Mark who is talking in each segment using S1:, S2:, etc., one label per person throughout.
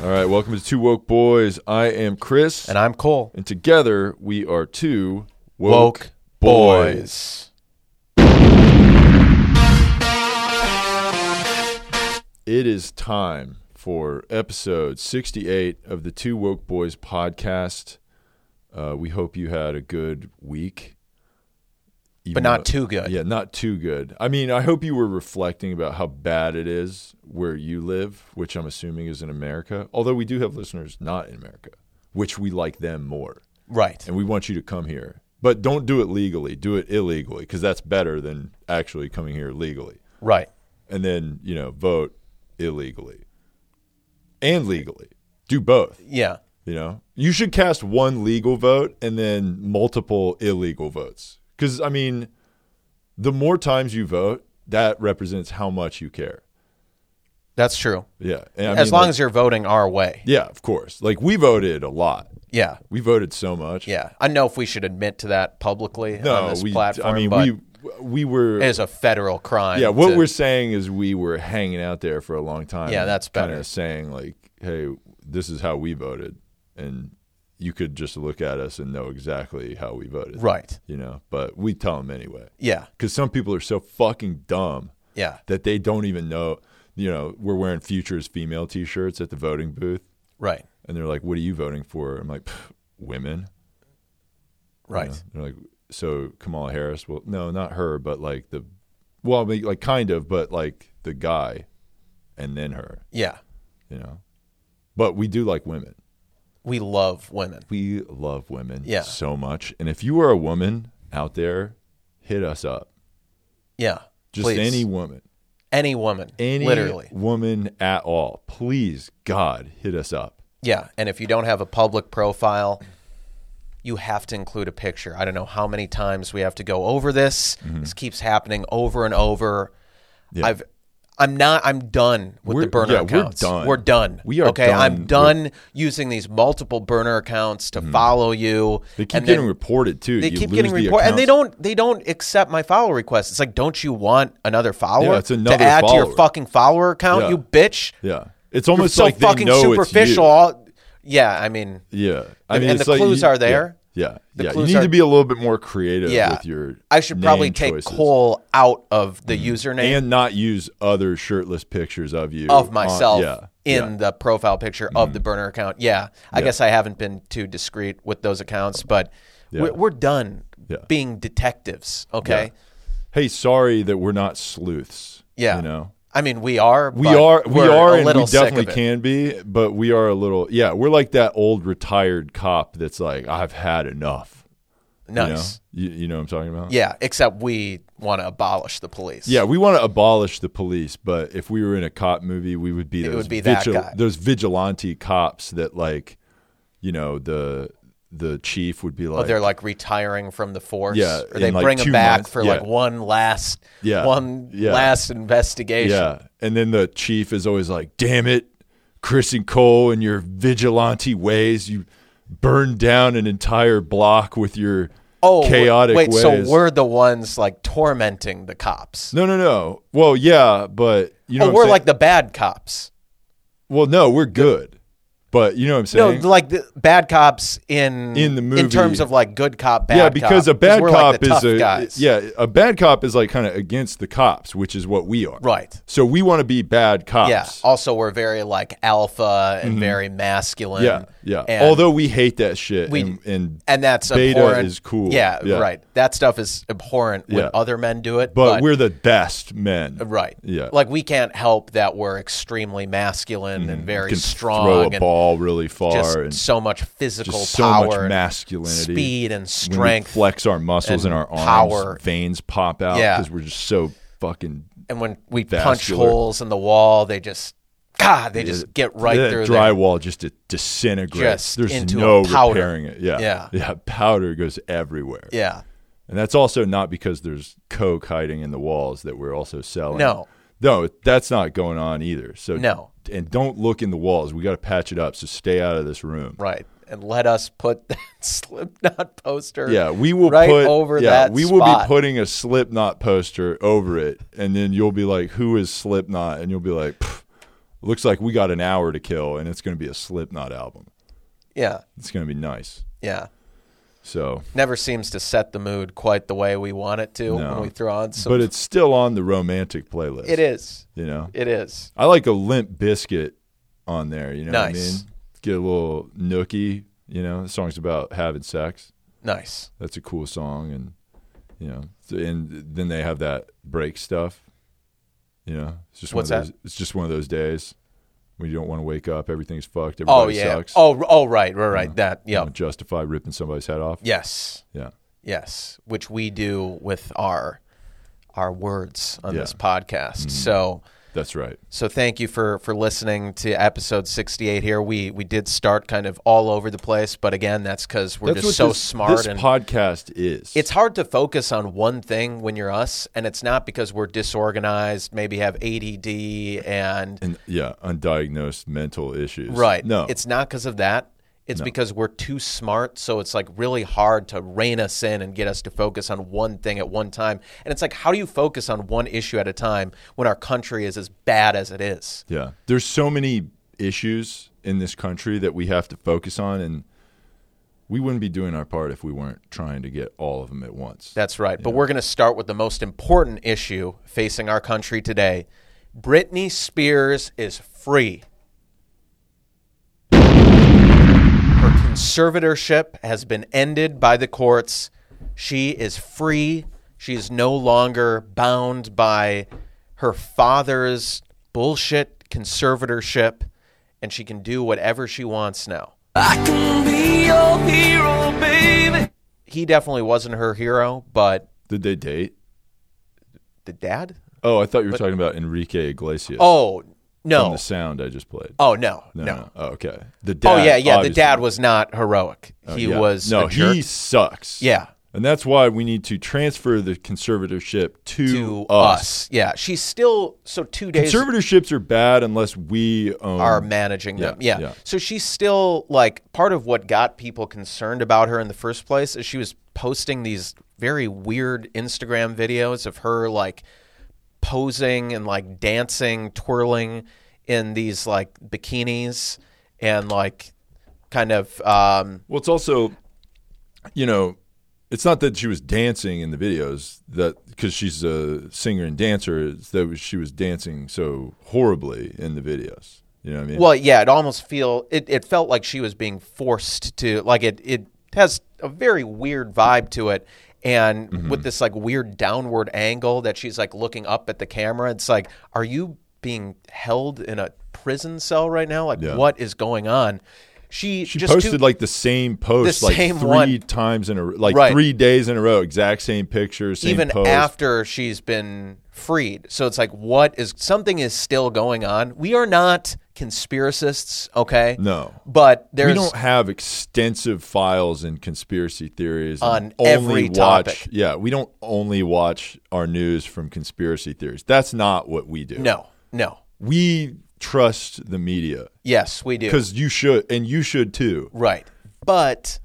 S1: right, welcome to Two Woke Boys. I am Chris,
S2: And I'm Cole.
S1: and together we are two
S2: Woke Boys.
S1: It is time for episode 68 of the Two Woke Boys podcast. Uh, we hope you had a good week.
S2: But
S1: Even
S2: not
S1: though-
S2: too good.
S1: Yeah, not too good. I mean, I hope you were reflecting about how bad it is where you live, which I'm assuming is in America. Although we do have listeners not in America, which we like them more.
S2: Right.
S1: and we want you to come here. But don't do it legally. Do it illegally because that's better than actually coming here legally.
S2: Right.
S1: And then, you know, vote illegally and legally. Do both,
S2: Yeah.
S1: you know? You should cast one legal vote and then multiple illegal votes. Because, I mean, the more times you vote, that represents how much you care.
S2: That's true.
S1: Yeah. And I
S2: as
S1: mean,
S2: long
S1: like-
S2: as you're voting our way.
S1: Yeah, of course. Like, we voted a lot.
S2: Yeah.
S1: We voted so much.
S2: Yeah. I don't know if we should admit to that publicly on
S1: No,
S2: this
S1: we,
S2: platform.
S1: I mean,
S2: but
S1: we, we were.
S2: it is a federal crime.
S1: Yeah, what
S2: to-
S1: we're saying is we were hanging out there for a long time.
S2: Yeah, that's
S1: Kind
S2: better.
S1: of saying like, hey, this is how we voted, and you could just look at us and know exactly how we voted.
S2: Right.
S1: You know, but we tell them anyway
S2: Yeah.
S1: because some people are so fucking dumb
S2: Yeah.
S1: that they don't even know. You know, we're wearing futures female T-shirts at the voting booth,
S2: Right.
S1: and they're like, "What are you voting for?" I'm like, "Pff, "Women." you
S2: Right.
S1: know? They're like, so Kamala Harris. Well, no, not her, but like the, well, I mean, like kind of, but like the guy, and then her.
S2: Yeah.
S1: You know, but we do like women.
S2: We love women.
S1: We love women
S2: Yeah.
S1: so much. And if you are a woman out there, hit us up.
S2: Yeah.
S1: Just
S2: Please.
S1: any woman,
S2: any woman.
S1: any
S2: literally.
S1: woman at all. Please, God, hit us up.
S2: Yeah, and if you don't have a public profile, you have to include a picture. I don't know how many times we have to go over this. This keeps happening over and over.
S1: Mm-hmm. Yeah.
S2: I've I'm not I'm done with
S1: We're-
S2: the burner
S1: yeah, we're
S2: accounts.
S1: done.
S2: We're done.
S1: We are
S2: Okay,
S1: done
S2: I'm
S1: with-
S2: done using these multiple burner accounts to follow you.
S1: They keep
S2: and then
S1: getting reported too.
S2: they
S1: You
S2: keep
S1: lose
S2: getting
S1: the
S2: report and they
S1: accounts.
S2: don't they don't accept my follow request. It's like, don't you want another follower
S1: it's another
S2: to add to
S1: follower.
S2: your fucking follower account,
S1: Yeah.
S2: you bitch?
S1: Yeah, it's almost
S2: so
S1: like they
S2: fucking
S1: know it's you.
S2: superficial. All, yeah, I mean,
S1: Yeah,
S2: And- and
S1: it's
S2: the clues are there.
S1: Yeah, yeah.
S2: The
S1: yeah.
S2: clues
S1: you need
S2: are-
S1: to be a little bit more creative
S2: yeah.
S1: with your.
S2: I should
S1: name
S2: probably take
S1: choices. Mm-hmm.
S2: Cole out of the username
S1: and not use other shirtless pictures of you
S2: of
S1: on-
S2: myself
S1: yeah,
S2: in
S1: yeah. Mm-hmm.
S2: the profile picture of the burner account. Yeah, I guess I haven't been too discreet with those accounts, but we're, we're done
S1: Yeah.
S2: being detectives. Okay,
S1: Hey, sorry that we're not sleuths.
S2: yeah.
S1: you know
S2: I mean, we are.
S1: we
S2: but
S1: are we
S2: we're
S1: are
S2: a
S1: and
S2: little
S1: we
S2: sick
S1: definitely
S2: of it.
S1: can be, but we are a little. Yeah, we're like that old retired cop that's like, I've had enough. you know?
S2: Nice.
S1: You, you know what I'm talking about?
S2: Yeah, except we want to abolish the police.
S1: Yeah, we want to abolish the police, but if we were in a cop movie, we would be those
S2: would be that
S1: vigil-
S2: guy.
S1: those vigilante cops that like, you know, the the chief would be like,
S2: Oh, they're like retiring from the force.
S1: Yeah,
S2: or they
S1: in, like,
S2: bring them
S1: two
S2: back
S1: months.
S2: for
S1: Yeah.
S2: like one last,
S1: Yeah.
S2: one
S1: Yeah.
S2: last investigation.
S1: yeah, and then the chief is always like, "Damn it, Chris and Cole and your vigilante ways, you burned down an entire block with your
S2: Oh, w-
S1: chaotic
S2: Wait,
S1: ways."
S2: so we're the ones like tormenting the cops?
S1: no, no, no. Well, yeah, but you know, what
S2: oh,
S1: I'm
S2: we're
S1: saying?
S2: like the bad cops.
S1: well, no, we're good, but you know what I'm saying?
S2: No, like the bad cops in
S1: In the
S2: in
S1: movie.
S2: terms of like good cop, bad
S1: yeah, because
S2: cop,
S1: a bad
S2: we're
S1: cop
S2: like the
S1: is
S2: tough
S1: a
S2: guys.
S1: yeah, a bad cop is like kind of against the cops, which is what we are.
S2: right.
S1: So we want to be bad cops. Mm-hmm.
S2: Yeah. Also, we're very like alpha and very masculine.
S1: yeah, yeah.
S2: And,
S1: Although we hate that shit,
S2: We-
S1: and, and
S2: and that's
S1: beta
S2: abhorrent.
S1: is cool.
S2: Yeah,
S1: Yeah.
S2: right. That stuff is abhorrent
S1: Yeah.
S2: when other men do it.
S1: but, we're the best men.
S2: Right.
S1: Yeah.
S2: Like we can't help that we're extremely masculine and very
S1: Mm. can
S2: strong
S1: throw a
S2: and
S1: ball really far
S2: just
S1: and
S2: so much physical
S1: just so
S2: power,
S1: much
S2: and
S1: masculinity,
S2: speed and
S1: When we
S2: strength.
S1: flex our muscles and,
S2: and
S1: our arms,
S2: power.
S1: veins pop out
S2: Yeah.
S1: because we're just so fucking
S2: and when we
S1: vascular.
S2: punch holes in the wall, they just God, they just get right
S1: that
S2: through there.
S1: drywall just it disintegrates.
S2: Just
S1: There's
S2: into
S1: no
S2: a powder.
S1: repairing it. Yeah,
S2: Yeah.
S1: yeah. Powder goes everywhere.
S2: Yeah.
S1: And that's also not because there's coke hiding in the walls that we're also selling.
S2: No.
S1: No, that's not going on either. So
S2: No.
S1: And don't look in the walls. We got to patch it up. So stay out of this room.
S2: Right. And let us put that Slipknot poster.
S1: Yeah, we will
S2: right
S1: put
S2: over
S1: yeah,
S2: that.
S1: we will be
S2: spot.
S1: putting a Slipknot poster over it, and then you'll be like, "Who is Slipknot?" And you'll be like, "Pff, looks like we got an hour to kill, and it's going to be a Slipknot album.
S2: Yeah.
S1: It's going to be nice.
S2: Yeah.
S1: So,
S2: Never seems to set the mood quite the way we want it to
S1: No.
S2: when we throw on some.
S1: but it's still on the romantic playlist.
S2: it is.
S1: You know,
S2: It is.
S1: I like a Limp Biscuit on there. You know what I mean?
S2: Nice.
S1: Get a little nookie. You know, the song's about having sex.
S2: Nice.
S1: That's a cool song, and you know, so- and then they have that break stuff. You know, it's just
S2: What's
S1: one
S2: that?
S1: of those, It's just one of those days when you don't want to wake up. Everything's fucked. Everybody
S2: Oh yeah.
S1: sucks.
S2: Oh r- oh right right right. That
S1: You
S2: yeah.
S1: know, justify ripping somebody's head off.
S2: Yes.
S1: Yeah.
S2: Yes, which we do with our our words on
S1: Yeah. Mm-hmm.
S2: this podcast. So
S1: That's right.
S2: so thank you for for listening to episode 68 here. We we did start kind of all over the place, but again, that's cuz we're
S1: That's
S2: just
S1: what
S2: so
S1: this-
S2: smart
S1: This
S2: and
S1: podcast is.
S2: it's hard to focus on one thing when you're us and it's not because we're disorganized, maybe have ADD and
S1: and yeah, undiagnosed mental issues.
S2: Right.
S1: No,
S2: It's not because of that. It's because we're too smart. So it's like really hard to rein us in and get us to focus on one thing at one time. And it's like, how do you focus on one issue at a time when our country is as bad as it is?
S1: Yeah. There's so many issues in this country that we have to focus on and we wouldn't be doing our part if we weren't trying to get all of them at once.
S2: That's right. But we're going to start with the most important issue facing our country today Britney Spears is free. Her conservatorship has been ended by the courts. She is free. She is no longer bound by her father's bullshit conservatorship, and she can do whatever she wants now.
S3: I can be your hero, baby.
S2: He definitely wasn't her hero, but
S1: Did they date?
S2: the dad?
S1: Oh, I thought you were talking about Enrique Iglesias.
S2: Oh,
S1: From
S2: no.
S1: the sound I just played.
S2: Oh no, no.
S1: no. no. Oh, okay. The dad.
S2: oh yeah, yeah. The
S1: obviously. Oh,
S2: dad was not heroic. he
S1: Yeah.
S2: was
S1: No,
S2: a jerk.
S1: he sucks.
S2: yeah
S1: And that's why we need to transfer the conservatorship to,
S2: to us. Yeah, she's still so two days
S1: Conservatorships are bad unless we own
S2: are managing them.
S1: Yeah,
S2: Yeah,
S1: yeah.
S2: So she's still like part of what got people concerned about her in the first place is she was posting these very weird Instagram videos of her like posing and like dancing, twirling in these like bikinis and like kind of um
S1: Well, it's also, you know, it's not that she was dancing in the videos that because she's a singer and dancer. It's that she was dancing so horribly in the videos. You know what I mean?
S2: Well, yeah, it almost feel it, it felt like she was being forced to like it it has a very weird vibe to it and
S1: Mm-hmm.
S2: with this like weird downward angle that she's like looking up at the camera. It's like are you being held in a prison cell right now? Like
S1: Yeah.
S2: what is going on? She,
S1: she
S2: just
S1: posted
S2: too,
S1: like the same post,
S2: The
S1: like
S2: same
S1: three
S2: one.
S1: times in a like
S2: Right.
S1: three days in a row, exact same picture, same
S2: even
S1: pose.
S2: after she's been freed. So it's like what is something is still going on. We are not conspiracists, okay?
S1: No.
S2: But there's
S1: we don't have extensive files and conspiracy theories and
S2: On
S1: only
S2: every
S1: watch,
S2: topic.
S1: Yeah, we don't only watch our news from conspiracy theories. That's not what we do.
S2: no. No.
S1: we trust the media
S2: Yes, we do.
S1: because you should, and you should too.
S2: Right. But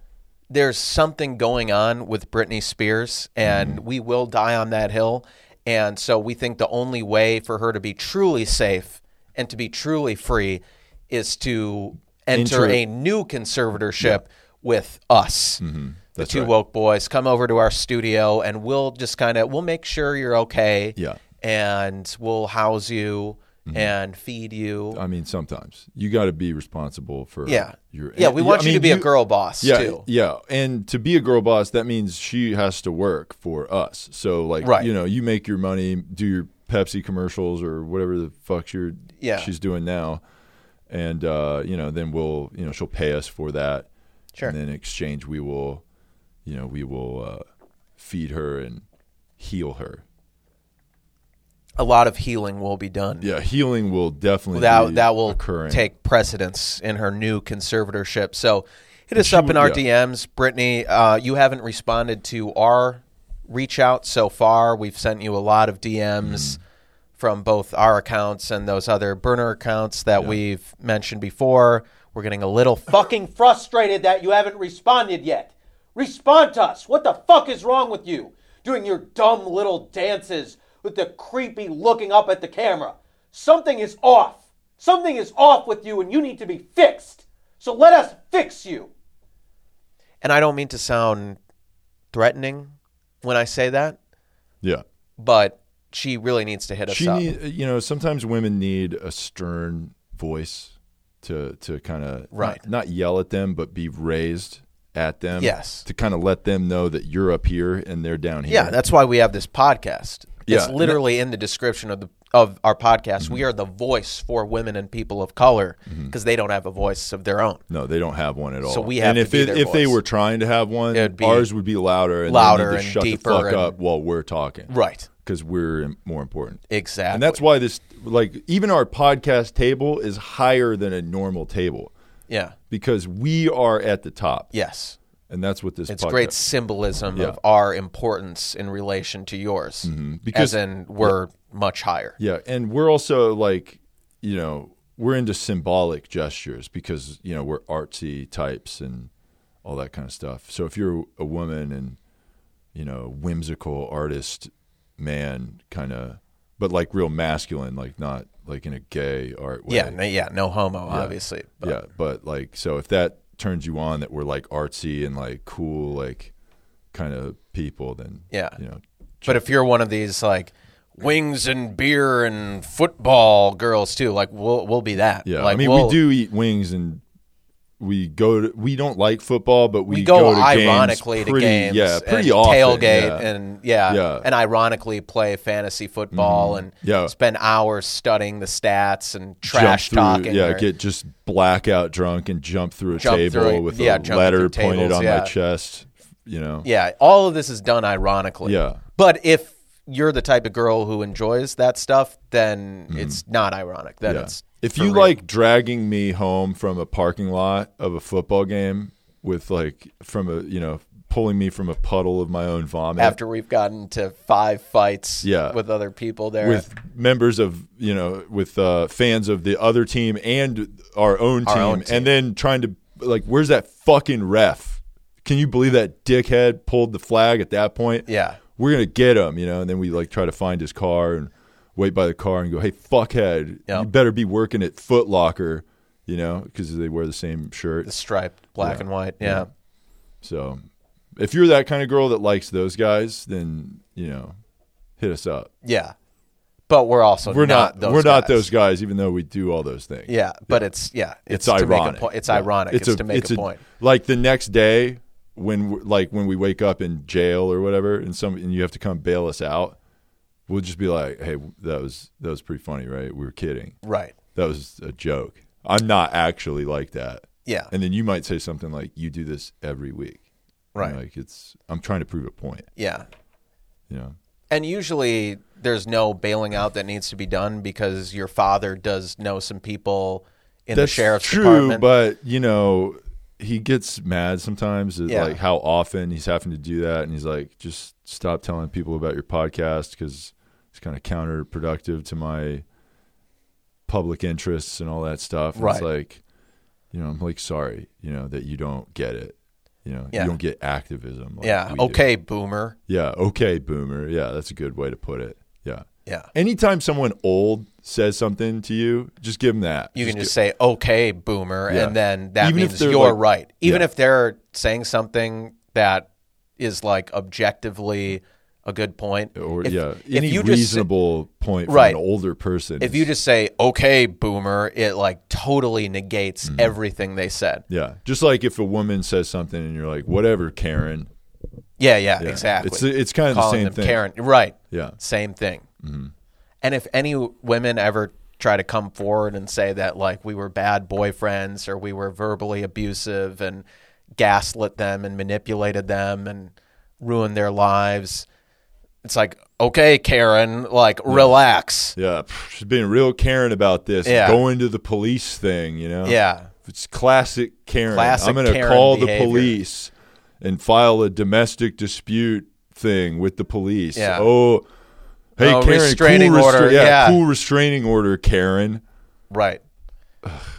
S2: there's something going on with Britney Spears, and
S1: Mm-hmm.
S2: we will die on that hill. And so we think the only way for her to be truly safe and to be truly free is to enter
S1: Enter-
S2: a new conservatorship with us. The
S1: Mm-hmm. That's
S2: two
S1: right.
S2: woke boys come over to our studio and we'll just kind of we'll make sure you're okay.
S1: Yeah. Mm-hmm.
S2: And we'll house you and feed you.
S1: I mean, sometimes you got to be responsible for
S2: yeah.
S1: your
S2: yeah, we
S1: I
S2: want you to
S1: mean,
S2: be a girl boss
S1: Yeah,
S2: too.
S1: yeah, and to be a girl boss, that means she has to work for us. So like,
S2: Right.
S1: you know, you make your money, do your Pepsi commercials or whatever the fuck you're
S2: Yeah.
S1: she's doing now, and uh, you know, then we'll you know she'll pay us for that.
S2: Sure.
S1: And then in exchange, we will, you know, we will uh, feed her and heal her.
S2: a lot of healing will be done.
S1: Yeah, healing will definitely be
S2: That that will
S1: occurring.
S2: take precedence in her new conservatorship. So hit us
S1: she
S2: up
S1: would-
S2: in our
S1: yeah.
S2: DMs, Brittany. Uh, you haven't responded to our reach out so far. We've sent you a lot of DMs
S1: Mm-hmm.
S2: from both our accounts and those other burner accounts that we've mentioned before. We're getting a little fucking frustrated that you haven't responded yet. Respond to us. What the fuck is wrong with you? Doing your dumb little dances with the creepy looking up at the camera. Something is off.
S4: Something is off with you and you need to be fixed. So let us fix you.
S2: And I don't mean to sound threatening when I say that,
S1: Yeah.
S2: but she really needs to hit us
S1: She
S2: up.
S1: need, you know, sometimes women need a stern voice to to kind of
S2: Right.
S1: not, yell at them but be raised at them.
S2: Yes.
S1: To kind of let them know that you're up here and they're down here.
S2: yeah, that's why we have this podcast.
S1: Yeah.
S2: It's literally in the description of the of our podcast. We are the voice for women and people of color
S1: Mm-hmm.
S2: because they don't have a voice of their own.
S1: no, they don't have one at all.
S2: So we
S1: and
S2: have to
S1: if
S2: be their
S1: if they
S2: voice.
S1: were trying to have one,
S2: It'd be
S1: ours would be louder and they
S2: louder
S1: need to
S2: and
S1: shut
S2: deeper
S1: the fuck
S2: and-
S1: up while we're talking,
S2: Right.
S1: Because we're im- more important.
S2: Exactly.
S1: And that's why this, like, even our podcast table is higher than a normal table
S2: yeah.
S1: because we are at the top.
S2: Yes.
S1: And that's what this
S2: It's
S1: podcast
S2: great symbolism
S1: Yeah. Mm-hmm.
S2: of our importance in relation to yours,
S1: Because-
S2: because as in we're much higher.
S1: Yeah, and we're also like, you know, we're into symbolic gestures because you know we're artsy types and all that kind of stuff. So if you're a woman and you know whimsical artist man kind of, but like real masculine, like not like in a gay art way.
S2: Yeah, no, yeah, no homo, obviously. But
S1: yeah, but like so if that turns you on that we're like artsy and like cool like kind of people, then
S2: Yeah.
S1: you know,
S2: But if you're one of these like wings and beer and football girls too, like we'll we'll be that.
S1: Yeah,
S2: like,
S1: I mean
S2: we'll-
S1: we do eat wings and we go to we don't like football, but we,
S2: We
S1: to
S2: go,
S1: games
S2: ironically to
S1: pretty-
S2: games,
S1: Yeah, pretty
S2: and
S1: often.
S2: tailgate,
S1: yeah.
S2: and yeah,
S1: Yeah. Mm-hmm.
S2: and ironically play fantasy football and
S1: Yeah.
S2: spend hours studying the stats and
S1: Jump
S2: trash
S1: through-
S2: talking.
S1: Yeah,
S2: or-
S1: get just blackout drunk and jump through a
S2: Jump
S1: table
S2: through-
S1: with
S2: yeah,
S1: a
S2: jump through
S1: letter pointed
S2: tables,
S1: on my
S2: yeah.
S1: chest. You know.
S2: Yeah, all of this is done ironically.
S1: Yeah.
S2: But if you're the type of girl who enjoys that stuff, then it's not ironic. Then
S1: Mm-hmm. Yeah.
S2: it's
S1: If
S2: for
S1: you
S2: real.
S1: like dragging me home from a parking lot of a football game with like from a you know pulling me from a puddle of my own vomit
S2: after we've gotten to five fights
S1: Yeah.
S2: with other people there.
S1: with members of you know with uh, fans of the other team and our own team,
S2: own team.
S1: and then trying to like where's that fucking ref can you believe that dickhead pulled the flag at that point
S2: Yeah.
S1: we're gonna get him you know and then we like try to find his car and wait by the car and go hey fuckhead you
S2: Yep.
S1: better be working at Foot Locker you know because they wear the same shirt
S2: the striped black and white. Yeah.
S1: so if you're that kind of girl that likes those guys then you know hit us up
S2: Yeah. But we're also
S1: we're not,
S2: those
S1: we're
S2: guys.
S1: not those guys, even though we do all those things.
S2: Yeah, but it's yeah,
S1: it's,
S2: to make a
S1: ironic.
S2: po- it's
S1: Yeah.
S2: ironic. It's, to make a, point.
S1: Like the next day, when we're, like when we wake up in jail or whatever, and some and you have to come bail us out, we'll just be like, "Hey, that was that was pretty funny, right? We were kidding.
S2: Right.
S1: That was a joke. I'm not actually like that."
S2: Yeah.
S1: And then you might say something like, "You do this every week, And,
S2: Right.
S1: Like it's I'm trying to prove a point,
S2: Yeah.
S1: you know."
S2: And usually there's no bailing out that needs to be done because your father does know some people in the sheriff's
S1: true,
S2: department.
S1: but you know, he gets mad sometimes at
S2: Yeah.
S1: like how often he's having to do that, and he's like, just stop telling people about your podcast because it's kind of counterproductive to my public interests and all that stuff. And It's
S2: Right.
S1: like, you know, I'm like sorry, you know, that you don't get it. You know,
S2: Yeah.
S1: you don't get activism. Like
S2: yeah.
S1: we do.
S2: Okay, boomer.
S1: Yeah. Okay, boomer. Yeah, that's a good way to put it. Yeah.
S2: Yeah.
S1: Anytime someone old says something to you, just give them that.
S2: You can
S1: gi-
S2: just say okay, boomer,
S1: Yeah.
S2: and then that
S1: Even if
S2: means
S1: they're
S2: you're
S1: like-
S2: right. Even
S1: Yeah.
S2: if they're saying something that is like objectively a good point.
S1: or
S2: if,
S1: yeah,
S2: if
S1: any
S2: you just-
S1: reasonable point from an
S2: Right.
S1: older person.
S2: if
S1: is-
S2: you just say okay boomer it like totally negates
S1: Mm.
S2: everything they said
S1: yeah, just like if a woman says something and you're like, whatever, Karen.
S2: yeah yeah,
S1: Yeah.
S2: exactly
S1: It's it's kind of the
S2: calling
S1: same
S2: them
S1: thing.
S2: karen right
S1: Yeah, Mm-hmm.
S2: same thing and if any women ever try to come forward and say that like we were bad boyfriends or we were verbally abusive and gaslit them and manipulated them and ruined their lives it's like okay karen like relax
S1: yeah. She's being real Karen about this.
S2: Yeah.
S1: going to the police thing. You know.
S2: yeah
S1: it's classic Karen.
S2: Classic
S1: I'm going to
S2: Karen
S1: call the
S2: behavior.
S1: police and file a domestic dispute thing with the police.
S2: Yeah.
S1: Oh. Hey,
S2: Oh,
S1: Karen,
S2: restraining
S1: cool restra-
S2: order,
S1: yeah,
S2: yeah.
S1: cool restraining order, Karen.
S2: Right.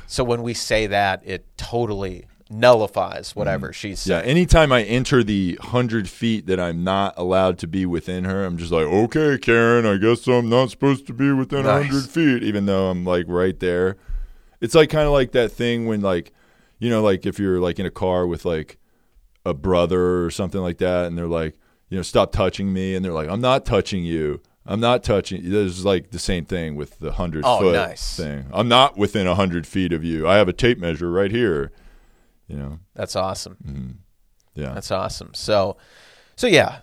S2: so when we say that, it totally nullifies whatever she's
S1: Mm-hmm. Yeah,
S2: saying.
S1: anytime I enter the hundred feet that I'm not allowed to be within her, I'm just like, okay, Karen, I guess I'm not supposed to be within a
S2: Nice.
S1: hundred feet, even though I'm like right there. It's like kind of like that thing when like, you know, like if you're like in a car with like a brother or something like that, and they're like, you know, stop touching me, and they're like, I'm not touching you. I'm not touching. There's like the same thing with the hundred
S2: Oh,
S1: foot
S2: nice.
S1: thing. I'm not within hundred feet of you. I have a tape measure right here. You know,
S2: That's awesome.
S1: Mm-hmm. yeah.
S2: That's awesome. So, so yeah.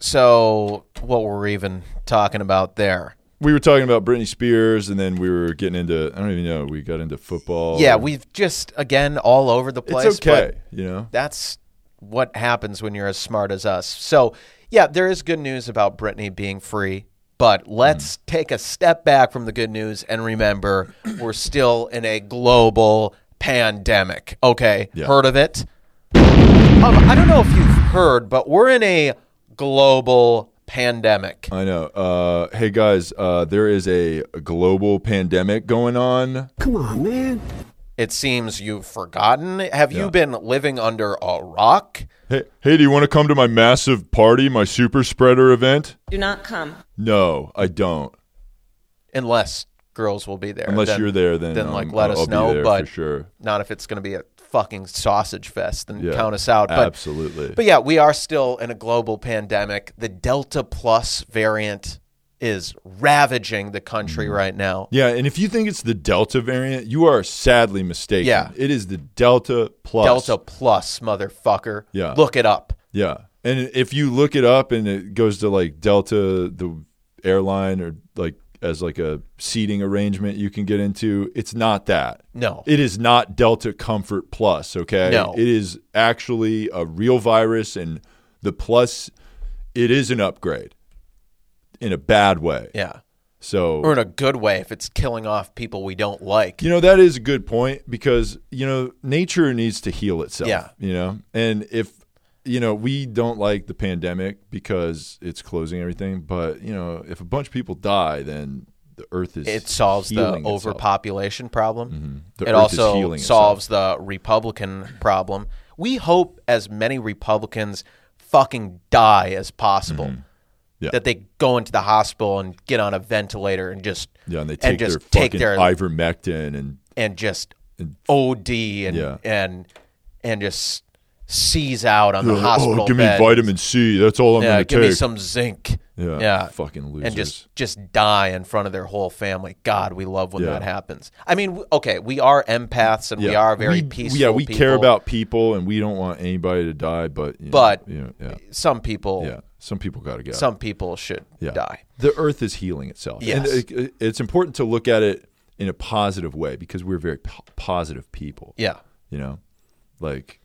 S2: So what were we even talking about there?
S1: we were talking about Britney Spears, and then we were getting into I don't even know. We got into football.
S2: Yeah, we've just again all over the
S1: It's
S2: place. but
S1: okay, you know.
S2: that's what happens when you're as smart as us. So, yeah, there is good news about Britney being free, but let's
S1: Mm.
S2: take a step back from the good news and remember we're still in a global pandemic. Okay,
S1: Yeah.
S2: heard of it? Um, I don't know if you've heard, but we're in a global pandemic.
S1: I know. Uh, hey guys, uh, there is a global pandemic going on.
S2: It seems you've forgotten. Have you been living under a rock?
S1: Hey, hey, do you want to come to my massive party, my super spreader event?
S5: Do not come.
S1: No, I don't.
S2: Unless girls will be there.
S1: Unless
S2: then-
S1: you're there, then
S2: then like
S1: um,
S2: let
S1: I'll-
S2: us
S1: I'll be
S2: know.
S1: there
S2: but
S1: for sure,
S2: not if it's going to be a fucking sausage fest. Then
S1: Yeah,
S2: count us out. But,
S1: absolutely.
S2: But yeah, we are still in a global pandemic. The Delta Plus variant is ravaging the country
S1: Mm.
S2: right now.
S1: yeah. And if you think it's the Delta variant, you are sadly mistaken.
S2: Yeah.
S1: it is the Delta plus.
S2: Delta Plus, motherfucker.
S1: Yeah.
S2: Look it up.
S1: Yeah, and if you look it up and it goes to like Delta, the airline, or like as like a seating arrangement you can get into, it's not that.
S2: No.
S1: It is not Delta Comfort Plus, okay?
S2: No.
S1: It is actually a real virus, and the plus, it is an upgrade in a bad way.
S2: Yeah.
S1: So,
S2: Or in a good way if it's killing off people we don't like.
S1: you know, that is a good point because, you know, nature needs to heal itself.
S2: Yeah.
S1: You know, and if, you know, we don't like the pandemic because it's closing everything, but, you know, if a bunch of people die, then the earth is.
S2: It solves the
S1: healing itself. Mm-hmm.
S2: overpopulation problem.
S1: The
S2: it
S1: earth is
S2: also
S1: healing
S2: solves the Republican problem. We hope as many Republicans fucking die as possible.
S1: Mm-hmm. Yeah.
S2: That they go into the hospital and get on a ventilator and just
S1: Yeah. And they take
S2: just
S1: their
S2: take
S1: fucking
S2: their
S1: ivermectin and
S2: and just OD and
S1: Yeah.
S2: and and just seize out on the
S1: Oh,
S2: hospital
S1: give
S2: bed.
S1: me vitamin C. That's all I'm
S2: Yeah,
S1: going to
S2: give
S1: take.
S2: me some zinc.
S1: Yeah,
S2: yeah,
S1: fucking
S2: and
S1: losers.
S2: just just die in front of their whole family. God, we love when
S1: Yeah.
S2: that happens. I mean, w- okay, we are empaths and we are very
S1: we,
S2: peaceful.
S1: Yeah, we
S2: people.
S1: care about people, and we don't want anybody to die. But you know,
S2: But-
S1: you know, yeah,
S2: some people.
S1: yeah, some people got to go.
S2: Some people should
S1: Yeah.
S2: die.
S1: The earth is healing itself. And
S2: Yes.
S1: uh, it, it's important to look at it in a positive way because we're very po- positive people.
S2: Yeah,
S1: You know, like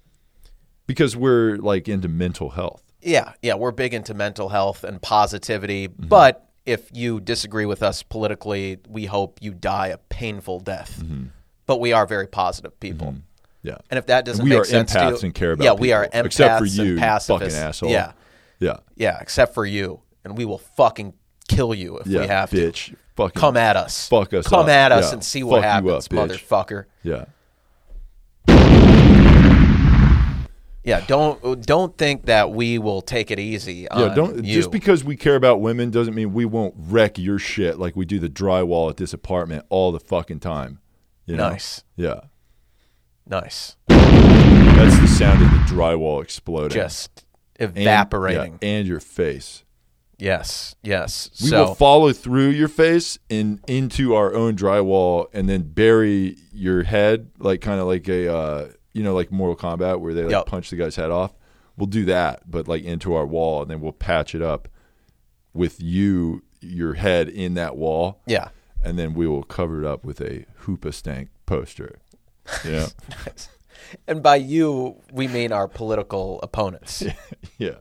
S1: because we're like into mental health.
S2: yeah, yeah. We're big into mental health and positivity,
S1: Mm-hmm.
S2: but if you disagree with us politically, we hope you die a painful death.
S1: Mm-hmm.
S2: But we are very positive people.
S1: Yeah.
S2: And if that doesn't
S1: we
S2: make
S1: are
S2: sense to
S1: empaths
S2: you-
S1: Mm-hmm. and care about
S2: yeah, we are
S1: people,
S2: empaths
S1: except for you,
S2: and
S1: you
S2: pacifists.
S1: fucking asshole.
S2: Yeah,
S1: Yeah.
S2: yeah, except for you, and we will fucking kill you if
S1: Yeah.
S2: we have to.
S1: bitch. Fucking
S2: Come at us,
S1: Fuck us
S2: come
S1: up.
S2: at us
S1: Yeah.
S2: and see what
S1: Fuck you
S2: happens,
S1: up, bitch.
S2: motherfucker.
S1: Yeah.
S2: Yeah, don't don't think that we will take it easy.
S1: Yeah,
S2: on
S1: don't
S2: you.
S1: just because we care about women doesn't mean we won't wreck your shit like we do the drywall at this apartment all the fucking time. You know?
S2: Nice.
S1: Yeah.
S2: nice,
S1: That's the sound of the drywall exploding.
S2: just
S1: And- yeah,
S2: evaporating.
S1: and your face.
S2: Yes, yes.
S1: We
S2: so
S1: will follow through your face and into our own drywall and then bury your head like kind of like a uh, you know like Mortal Kombat where they like
S2: Yep.
S1: punch the guy's head off. We'll do that but like into our wall and then we'll patch it up with you your head in that wall.
S2: yeah,
S1: And then we will cover it up with a Hoopa Stank poster. Yeah.
S2: and by you we mean our political opponents.
S1: yeah.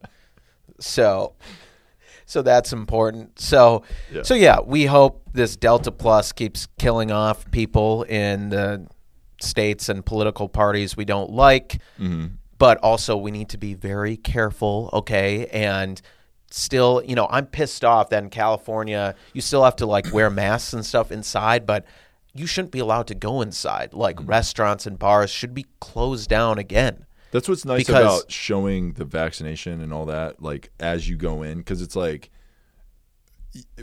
S2: So so that's important. So
S1: Yeah.
S2: so yeah, we hope this Delta Plus keeps killing off people in the states and political parties we don't like. But also we need to be very careful, okay? And still, you know, I'm pissed off that in California you still have to like wear masks and stuff inside, but you shouldn't be allowed to go inside. Like restaurants and bars should be closed down again.
S1: That's what's nice
S2: Because-
S1: about showing the vaccination and all that, like as you go in, because it's like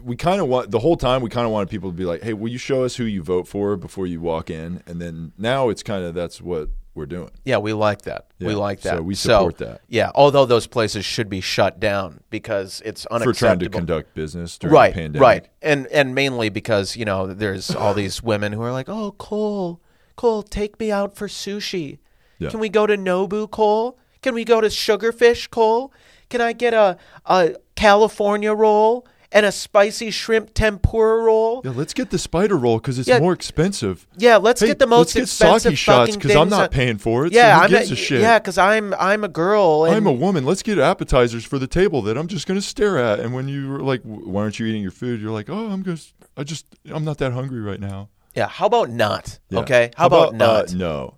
S1: we kind of want the whole time we kind of wanted people to be like, "Hey, will you show us who you vote for before you walk in?" And then now it's kind of that's what we're doing.
S2: Yeah, we like that. we
S1: Yeah,
S2: like
S1: so
S2: that.
S1: we support that.
S2: Yeah, although those places should be shut down because it's
S1: for
S2: unacceptable.
S1: trying to conduct business during
S2: right,
S1: the pandemic.
S2: right, and and mainly because you know there's all these women who are like, oh, Cole, Cole, take me out for sushi.
S1: Yeah.
S2: Can we go to Nobu, Cole? Can we go to Sugarfish, Cole? Can I get a a California roll and a spicy shrimp tempura roll?
S1: Yeah, let's get the spider roll because it's
S2: Yeah.
S1: more expensive.
S2: Yeah, let's
S1: Hey,
S2: get the
S1: let's
S2: most
S1: get
S2: expensive
S1: sake shots
S2: fucking
S1: I'm
S2: things
S1: not
S2: on-
S1: paying for it.
S2: Yeah,
S1: so who
S2: I'm
S1: gives
S2: a,
S1: a shit?
S2: yeah, because I'm I'm a girl. And
S1: I'm a woman. Let's get appetizers for the table that I'm just going to stare at. And when you were like, "Why aren't you eating your food?" You're like, "Oh, I'm just, I just, I'm not that hungry right now."
S2: Yeah. How about not?
S1: Yeah.
S2: Okay. How, about, not?
S1: Uh, no.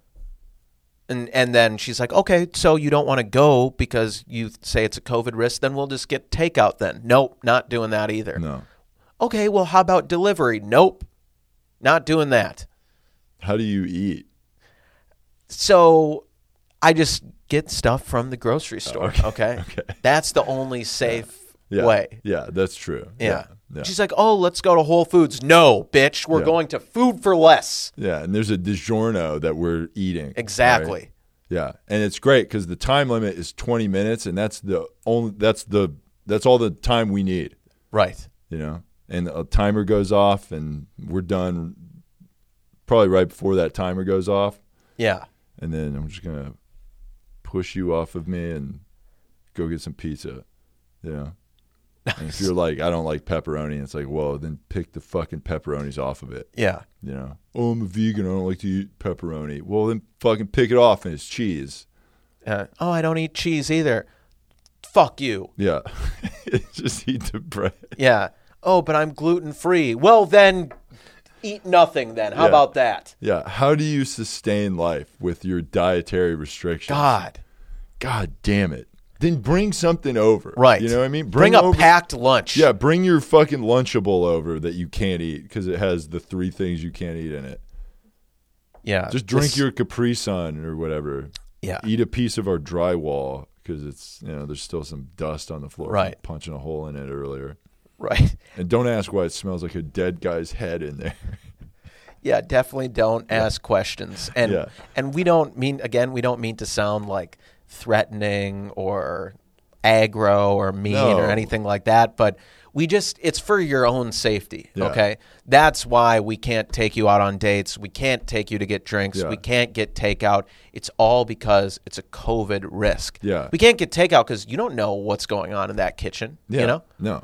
S2: And and then she's like, okay, so you don't want to go because you say it's a COVID risk. Then we'll just get takeout. Then nope, not doing that either.
S1: No.
S2: Okay. Well, how about delivery? Nope, not doing that.
S1: How do you eat?
S2: So I just get stuff from the grocery store. Okay.
S1: okay.
S2: That's the only safe
S1: Yeah.
S2: way.
S1: Yeah, that's true.
S2: Yeah.
S1: Yeah. Yeah.
S2: She's like, oh, let's go to Whole Foods. No, bitch, we're
S1: Yeah.
S2: going to Food for Less.
S1: Yeah, and there's a DiGiorno that we're eating. right?
S2: Exactly.
S1: Yeah, and it's great because the time limit is 20 minutes, and that's the only that's the that's all the time we need,
S2: Right.
S1: you know. And a timer goes off, and we're done. Probably right before that timer goes off,
S2: Yeah.
S1: and then I'm just gonna push you off of me and go get some pizza, you know. And if you're like, I don't like pepperoni, it's like, well, then pick the fucking pepperonis off of it.
S2: Yeah.
S1: You know, oh, I'm a vegan. I don't like to eat pepperoni. Well, then fucking pick it off and it's cheese.
S2: Uh, oh, I don't eat cheese either. Fuck you.
S1: Yeah. Just eat the bread.
S2: Yeah. Oh, but I'm gluten free. Well, then eat nothing then. How
S1: Yeah.
S2: about that?
S1: Yeah. How do you sustain life with your dietary restrictions?
S2: God.
S1: God damn it. Then bring something over.
S2: Right.
S1: You know what I mean?
S2: Bring, a
S1: over-
S2: packed lunch.
S1: Yeah. Bring your fucking Lunchable over that you can't eat because it has the three things you can't eat in it.
S2: Yeah.
S1: Just drink
S2: Uh, This-
S1: your Capri Sun or whatever.
S2: Yeah.
S1: Eat a piece of our drywall because it's, you know, there's still some dust on the floor. from
S2: Right.
S1: Punching a hole in it earlier.
S2: Right.
S1: And don't ask why it smells like a dead guy's head in there.
S2: Yeah, definitely don't ask questions. And
S1: Yeah.
S2: and we don't mean again, we don't mean to sound like threatening or aggro or mean or
S1: No.
S2: anything like that, but we just it's for your own safety,
S1: Yeah.
S2: okay? That's why we can't take you out on dates, we can't take you to get drinks,
S1: Yeah.
S2: we can't get takeout. It's all because it's a COVID risk.
S1: Yeah.
S2: We can't get takeout cuz you don't know what's going on in that kitchen,
S1: Yeah.
S2: you know?
S1: No.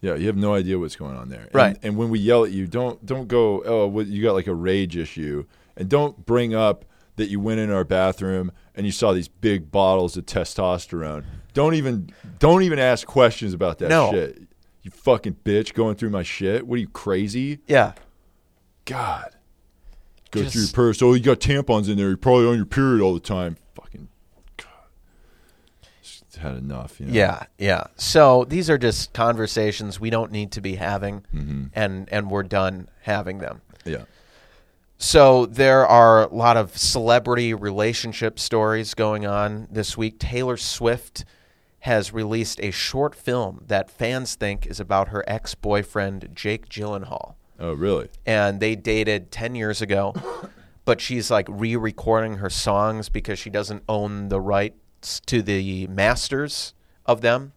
S1: Yeah, you have no idea what's going on there. And-
S2: Right.
S1: And when we yell at you, don't don't go, oh, what, you got like a rage issue. And don't bring up that you went in our bathroom and you saw these big bottles of testosterone. Don't even don't even ask questions about that
S2: No.
S1: shit. You fucking bitch going through my shit. What are you crazy?
S2: Yeah.
S1: God. Go
S2: Just-
S1: through your purse. Oh, you got tampons in there. You're probably on your period all the time. Fucking God. Just had enough, you know.
S2: Yeah, yeah. So these are just conversations we don't need to be having, and and we're done having them.
S1: Yeah.
S2: So there are a lot of celebrity relationship stories going on this week. Taylor Swift has released a short film that fans think is about her ex-boyfriend Jake Gyllenhaal
S1: Oh, really?
S2: and they dated 10 years ago but she's like re-recording her songs because she doesn't own the rights to the masters of them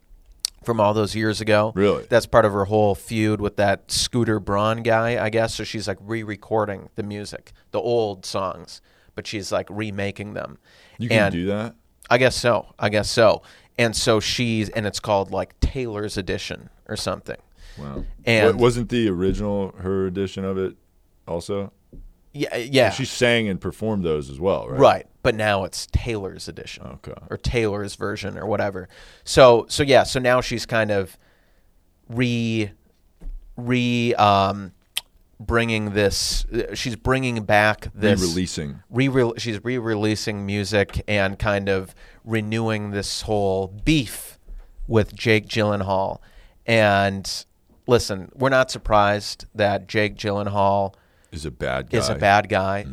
S2: from all those years ago
S1: Really?
S2: that's part of her whole feud with that scooter braun guy i guess so she's like re-recording the music the old songs but she's like remaking them
S1: You can
S2: And-
S1: do that?
S2: I guess so. I guess so. And so she's and it's called like Taylor's edition or something.
S1: Wow.
S2: And-
S1: Wa- wasn't the original her edition of it also?
S2: Yeah, yeah.
S1: She sang and performed those as well, right?
S2: Right. But now it's Taylor's edition.
S1: Okay.
S2: Or Taylor's version or whatever. So so yeah, so now she's kind of re re um bringing this uh, she's bringing back this
S1: Re-releasing.
S2: re she's re-releasing music and kind of renewing this whole beef with Jake Gyllenhaal. And listen, we're not surprised that Jake Gyllenhaal
S1: Is a bad guy. Mm.
S2: is a bad guy.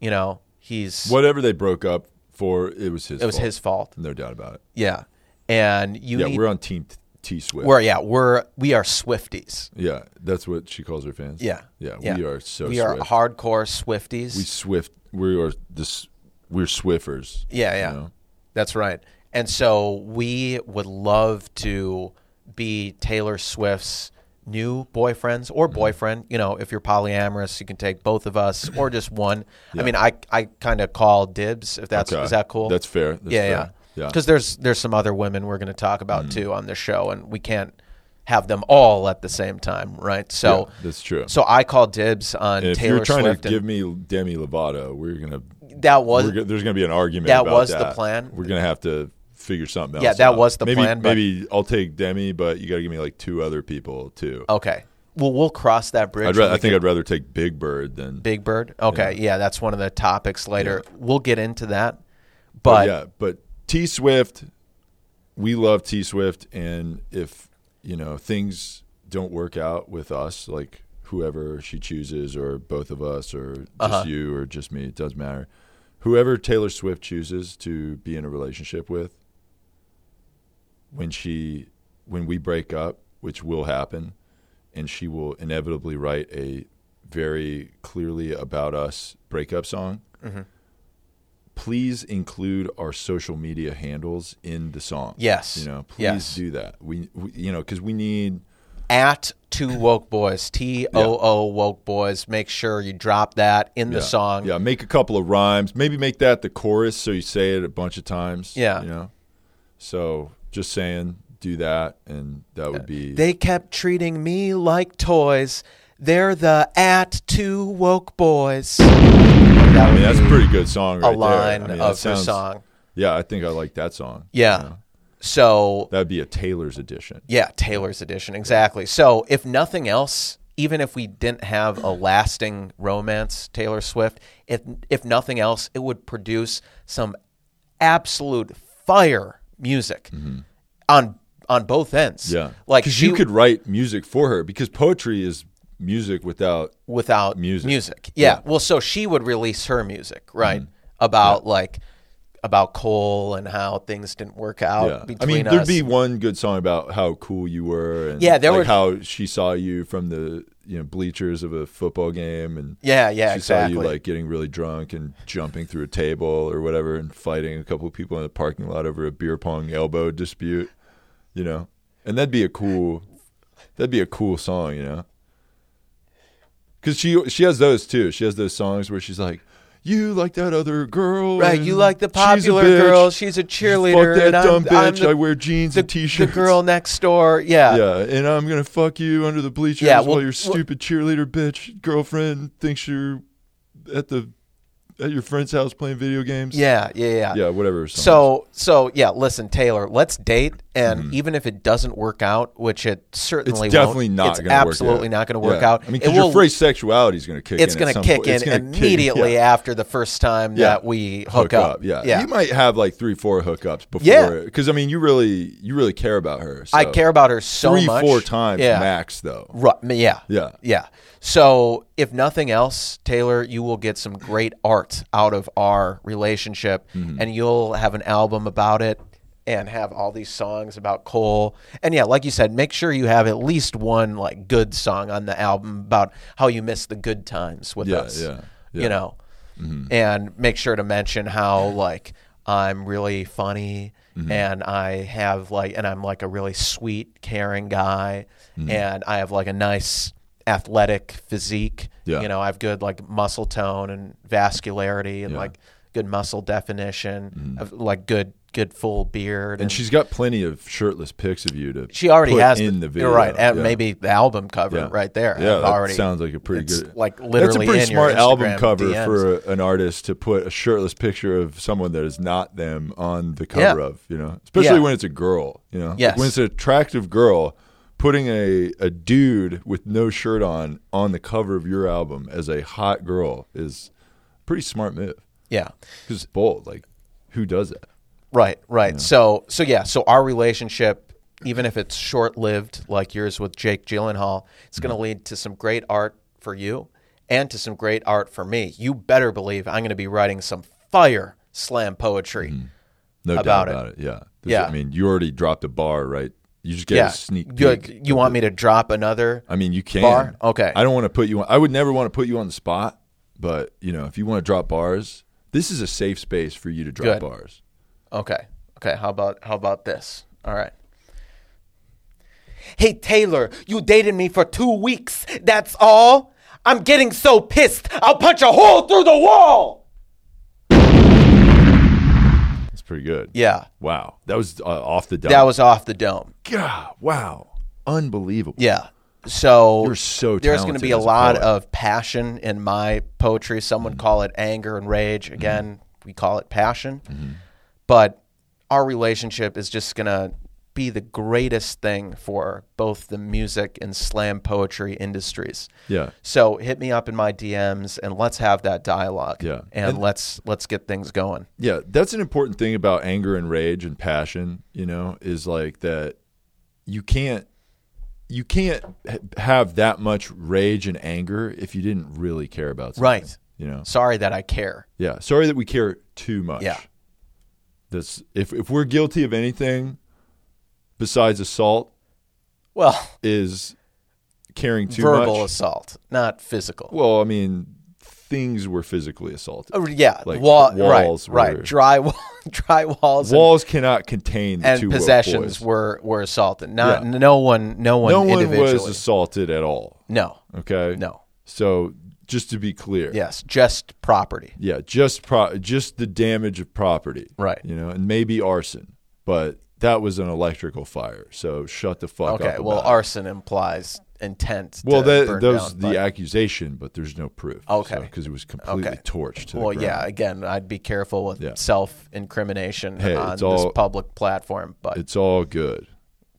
S2: You know, he's
S1: Whatever they broke up for, it was his
S2: it was his fault.
S1: No doubt about it.
S2: Yeah. And you
S1: Yeah,
S2: need
S1: we're on team T Swift.
S2: We're yeah, we're we are Swifties.
S1: Yeah, that's what she calls her fans.
S2: Yeah.
S1: yeah, we are so
S2: we
S1: Swift.
S2: are hardcore Swifties.
S1: we Swift. We are this. We're Swiffers.
S2: Yeah, yeah.
S1: you know?
S2: That's right. And so we would love to be Taylor Swift's new boyfriends or
S1: Mm-hmm.
S2: boyfriend. You know, if you're polyamorous, you can take both of us or just one. I mean, I I kind of call dibs if that's
S1: Okay.
S2: is that cool?
S1: That's fair. That's
S2: yeah,
S1: fair.
S2: yeah,
S1: yeah. Mm.
S2: Because there's there's some other women we're going to talk about too on the show, and we can't have them all at the same time, right? So
S1: Yeah, that's true.
S2: So I call dibs on
S1: if
S2: Taylor
S1: you're trying
S2: Swift.
S1: to
S2: and
S1: give me Demi Lovato, we're gonna.
S2: that was
S1: we're go- there's gonna be an argument.
S2: That
S1: about
S2: was the
S1: that.
S2: plan.
S1: We're gonna have to figure something else.
S2: Yeah, that
S1: out.
S2: was the
S1: maybe,
S2: plan, but-
S1: Maybe I'll take Demi, but you got to give me like two other people too.
S2: okay. Well, we'll cross that bridge.
S1: I'd
S2: when
S1: rather,
S2: we
S1: I think
S2: get-
S1: I'd rather take Big Bird than.
S2: Big Bird. Okay, yeah, Oh, that's one of the topics later. We'll get into that.
S1: but
S2: But
S1: yeah, but T Swift, we love T Swift, and if you know things don't work out with us, like whoever she chooses, or both of us, or just
S2: Uh-huh.
S1: you, or just me, it doesn't matter. Whoever Taylor Swift chooses to be in a relationship with, when she, when we break up, which will happen, and she will inevitably write a very clearly about us breakup song
S2: Mm-hmm.
S1: please include our social media handles in the song.
S2: Yes.
S1: You know, please
S2: Yes.
S1: do that. We, we you know, because we need,
S2: at Two Woke Boys, T O O Woke Boys, make sure you drop that in the
S1: yeah,
S2: song.
S1: Yeah. Make a couple of rhymes. Maybe make that the chorus so you say it a bunch of times.
S2: Yeah.
S1: You know, so just saying, do that. And that
S2: Uh,
S1: would be,
S2: They kept treating me like toys. They're the at Two Woke Boys. That
S1: I
S2: would
S1: mean, that's a
S2: be
S1: pretty good song right
S2: a
S1: there.
S2: line
S1: I mean, that
S2: of
S1: sounds-
S2: the song.
S1: Yeah. I think I like that song.
S2: Yeah. So
S1: That'd be a Taylor's edition.
S2: Yeah, Taylor's edition. Exactly. So, if nothing else, even if we didn't have a lasting romance, Taylor Swift, if if nothing else, it would produce some absolute fire music on on both ends.
S1: Mm-hmm. Yeah.
S2: Like
S1: because
S2: she,
S1: you could write music for her because poetry is music without
S2: without
S1: Music.
S2: Yeah.
S1: Yeah. Mm-hmm.
S2: Well, so she would release her music, right? About like about Cole and how things didn't work out
S1: Yeah. I
S2: between
S1: mean, there'd
S2: us.
S1: be one good song about how cool you were, and
S2: Yeah, there
S1: like
S2: were-
S1: how she saw you from the you know bleachers of a football game, and
S2: yeah, yeah,
S1: she
S2: exactly.
S1: saw you like getting really drunk and jumping through a table or whatever, and fighting a couple of people in the parking lot over a beer pong elbow dispute, you know, and that'd be a cool, that'd be a cool song, you know, because she she has those too. She has those songs where she's like. You like that other girl,
S2: Right,
S1: and
S2: you like the
S1: she's a
S2: popular
S1: bitch.
S2: girl, she's a cheerleader,
S1: Fuck that
S2: and I'm-
S1: dumb
S2: I'm
S1: bitch.
S2: the-
S1: I wear jeans
S2: the,
S1: and t-shirts.
S2: the girl next door. Yeah.
S1: Yeah, and I'm gonna fuck you under the bleachers
S2: Yeah, well-
S1: while your
S2: well-
S1: stupid cheerleader bitch girlfriend thinks you're at the at your friend's house playing video games.
S2: Yeah. Yeah. Yeah.
S1: yeah, whatever. song.
S2: So so yeah, listen, Taylor, let's date, and even if it doesn't work out, which it
S1: Mm-hmm. it's
S2: certainly
S1: definitely
S2: won't,
S1: not.
S2: it's
S1: gonna work
S2: absolutely
S1: out.
S2: not going to work
S1: Yeah.
S2: out.
S1: I mean,
S2: It
S1: because your
S2: will-
S1: free sexuality is gonna kick
S2: it's
S1: in.
S2: going
S1: at
S2: to
S1: some
S2: kick
S1: point. It's
S2: in
S1: gonna kick
S2: immediately
S1: yeah.
S2: after the first time
S1: Yeah.
S2: that we hook, up.
S1: Yeah.
S2: yeah.
S1: you might have like three, four hookups before.
S2: Yeah.
S1: because I mean, you really, you really care about her.
S2: I
S1: so
S2: care about her so
S1: three,
S2: much.
S1: four times
S2: yeah.
S1: max, though.
S2: Ru- yeah.
S1: Yeah.
S2: Yeah. So, if nothing else, Taylor, you will get some great art out of our relationship
S1: Mm-hmm.
S2: and you'll have an album about it and have all these songs about Cole. And yeah, like you said, make sure you have at least one like good song on the album about how you miss the good times with
S1: Yeah,
S2: us.
S1: yeah, yeah.
S2: You know.
S1: Mm-hmm.
S2: And make sure to mention how like I'm really funny
S1: Mm-hmm.
S2: and I have like and I'm like a really sweet, caring guy
S1: Mm-hmm.
S2: and I have like a nice athletic physique.
S1: Yeah.
S2: You know, I have good like muscle tone and vascularity and
S1: Yeah. Mm-hmm.
S2: like good muscle definition, of, like good good full beard
S1: And she's got plenty of shirtless pics of you to.
S2: she already
S1: put
S2: has
S1: in
S2: the,
S1: the video.
S2: You're right, and
S1: Yeah.
S2: maybe the album cover
S1: Yeah.
S2: right there.
S1: Yeah, that
S2: already
S1: sounds like a pretty
S2: it's
S1: good.
S2: like
S1: that's a
S2: literally
S1: pretty
S2: in your
S1: smart album
S2: Instagram
S1: cover
S2: DMs.
S1: for an artist to put a shirtless picture of someone that is not them on the cover
S2: Yeah.
S1: of. You know, especially
S2: Yeah.
S1: when it's a girl. You know, Like,
S2: Yes.
S1: when it's an attractive girl, putting a a dude with no shirt on on the cover of your album as a hot girl is a pretty smart move.
S2: yeah.
S1: Because it's bold. Like, who does that?
S2: Right, right. So, so yeah. So our relationship, even if it's short-lived, like yours with Jake Gyllenhaal, it's going to
S1: Mm-hmm.
S2: lead to some great art for you and to some great art for me. You better believe I'm going to be writing some fire slam poetry.
S1: No
S2: About
S1: doubt
S2: it.
S1: about it. Yeah. There's-
S2: Yeah.
S1: I mean, you already dropped a bar right You just get
S2: yeah.
S1: a sneak
S2: You-
S1: peek.
S2: you, want me to drop another?
S1: I mean, you can.
S2: Bar? Okay.
S1: I don't want to put you on. I would never want to put you on the spot, but you know, if you want to drop bars, this is a safe space for you to drop
S2: Good.
S1: bars.
S2: Okay. Okay. How about how about this? All right. Hey Taylor, you dated me for two weeks. That's all. I'm getting so pissed. I'll punch a hole through the wall.
S1: That's pretty good.
S2: Yeah,
S1: Wow. That was uh, off the dime.
S2: that was off the dome.
S1: God, wow. Unbelievable.
S2: Yeah. So
S1: You're so
S2: there's going to
S1: talented
S2: be a
S1: as a
S2: lot
S1: poet. Mm-hmm.
S2: of passion in my poetry. Some would call it anger and rage. Again, we call it passion.
S1: Mm-hmm.
S2: But our relationship is just going to be the greatest thing for both the music and slam poetry industries.
S1: Yeah.
S2: So hit me up in my DMs and let's have that dialogue.
S1: Yeah.
S2: And, let's let's get things going.
S1: Yeah, that's an important thing about anger and rage and passion, you know, is like that you can't you can't ha- have that much rage and anger if you didn't really care about something.
S2: Right.
S1: You know.
S2: Sorry that I care.
S1: Yeah. Sorry that we care too much.
S2: Yeah.
S1: That's if if we're guilty of anything besides assault
S2: Well,
S1: is caring too
S2: verbal
S1: much.
S2: assault, not physical.
S1: Well, I mean, things were physically assaulted.
S2: Oh, yeah,
S1: Like
S2: wall,
S1: walls
S2: right,
S1: were-
S2: right. Dry wall, dry walls, and-
S1: Walls cannot contain the
S2: and,
S1: two woke
S2: possessions
S1: boys.
S2: were were assaulted. Not
S1: Yeah.
S2: no one, no one
S1: No one
S2: individually.
S1: was assaulted at all.
S2: no,
S1: Okay.
S2: no.
S1: So just to be clear.
S2: Yes, just property.
S1: Yeah. Just pro- just the damage of property.
S2: Right.
S1: You know, and maybe arson, but that was an electrical fire. So shut the fuck up.
S2: Okay. Well,
S1: about it.
S2: arson implies intent. to
S1: Well, that
S2: burn
S1: those
S2: down,
S1: the
S2: but-
S1: accusation, but there's no proof.
S2: Okay.
S1: Because it was completely
S2: Okay.
S1: torched. To the
S2: Well, yeah.
S1: ground.
S2: Again, I'd be careful with
S1: Yeah.
S2: self-incrimination
S1: Hey,
S2: on
S1: it's
S2: this
S1: all-
S2: public platform, but
S1: It's all good.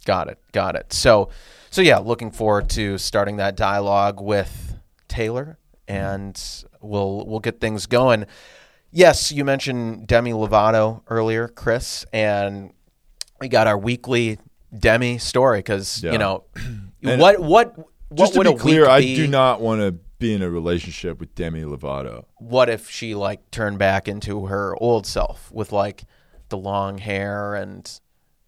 S2: Got it. Got it. So, so yeah, looking forward to starting that dialogue with Taylor, and we'll we'll get things going. Yes, you mentioned Demi Lovato earlier, Chris, and we got our weekly Demi story because
S1: Yeah.
S2: you know
S1: And-
S2: what what what
S1: Just
S2: would
S1: to
S2: a
S1: be clear,
S2: week
S1: I
S2: be?
S1: do not want to be in a relationship with Demi Lovato.
S2: What if she like turned back into her old self with like the long hair and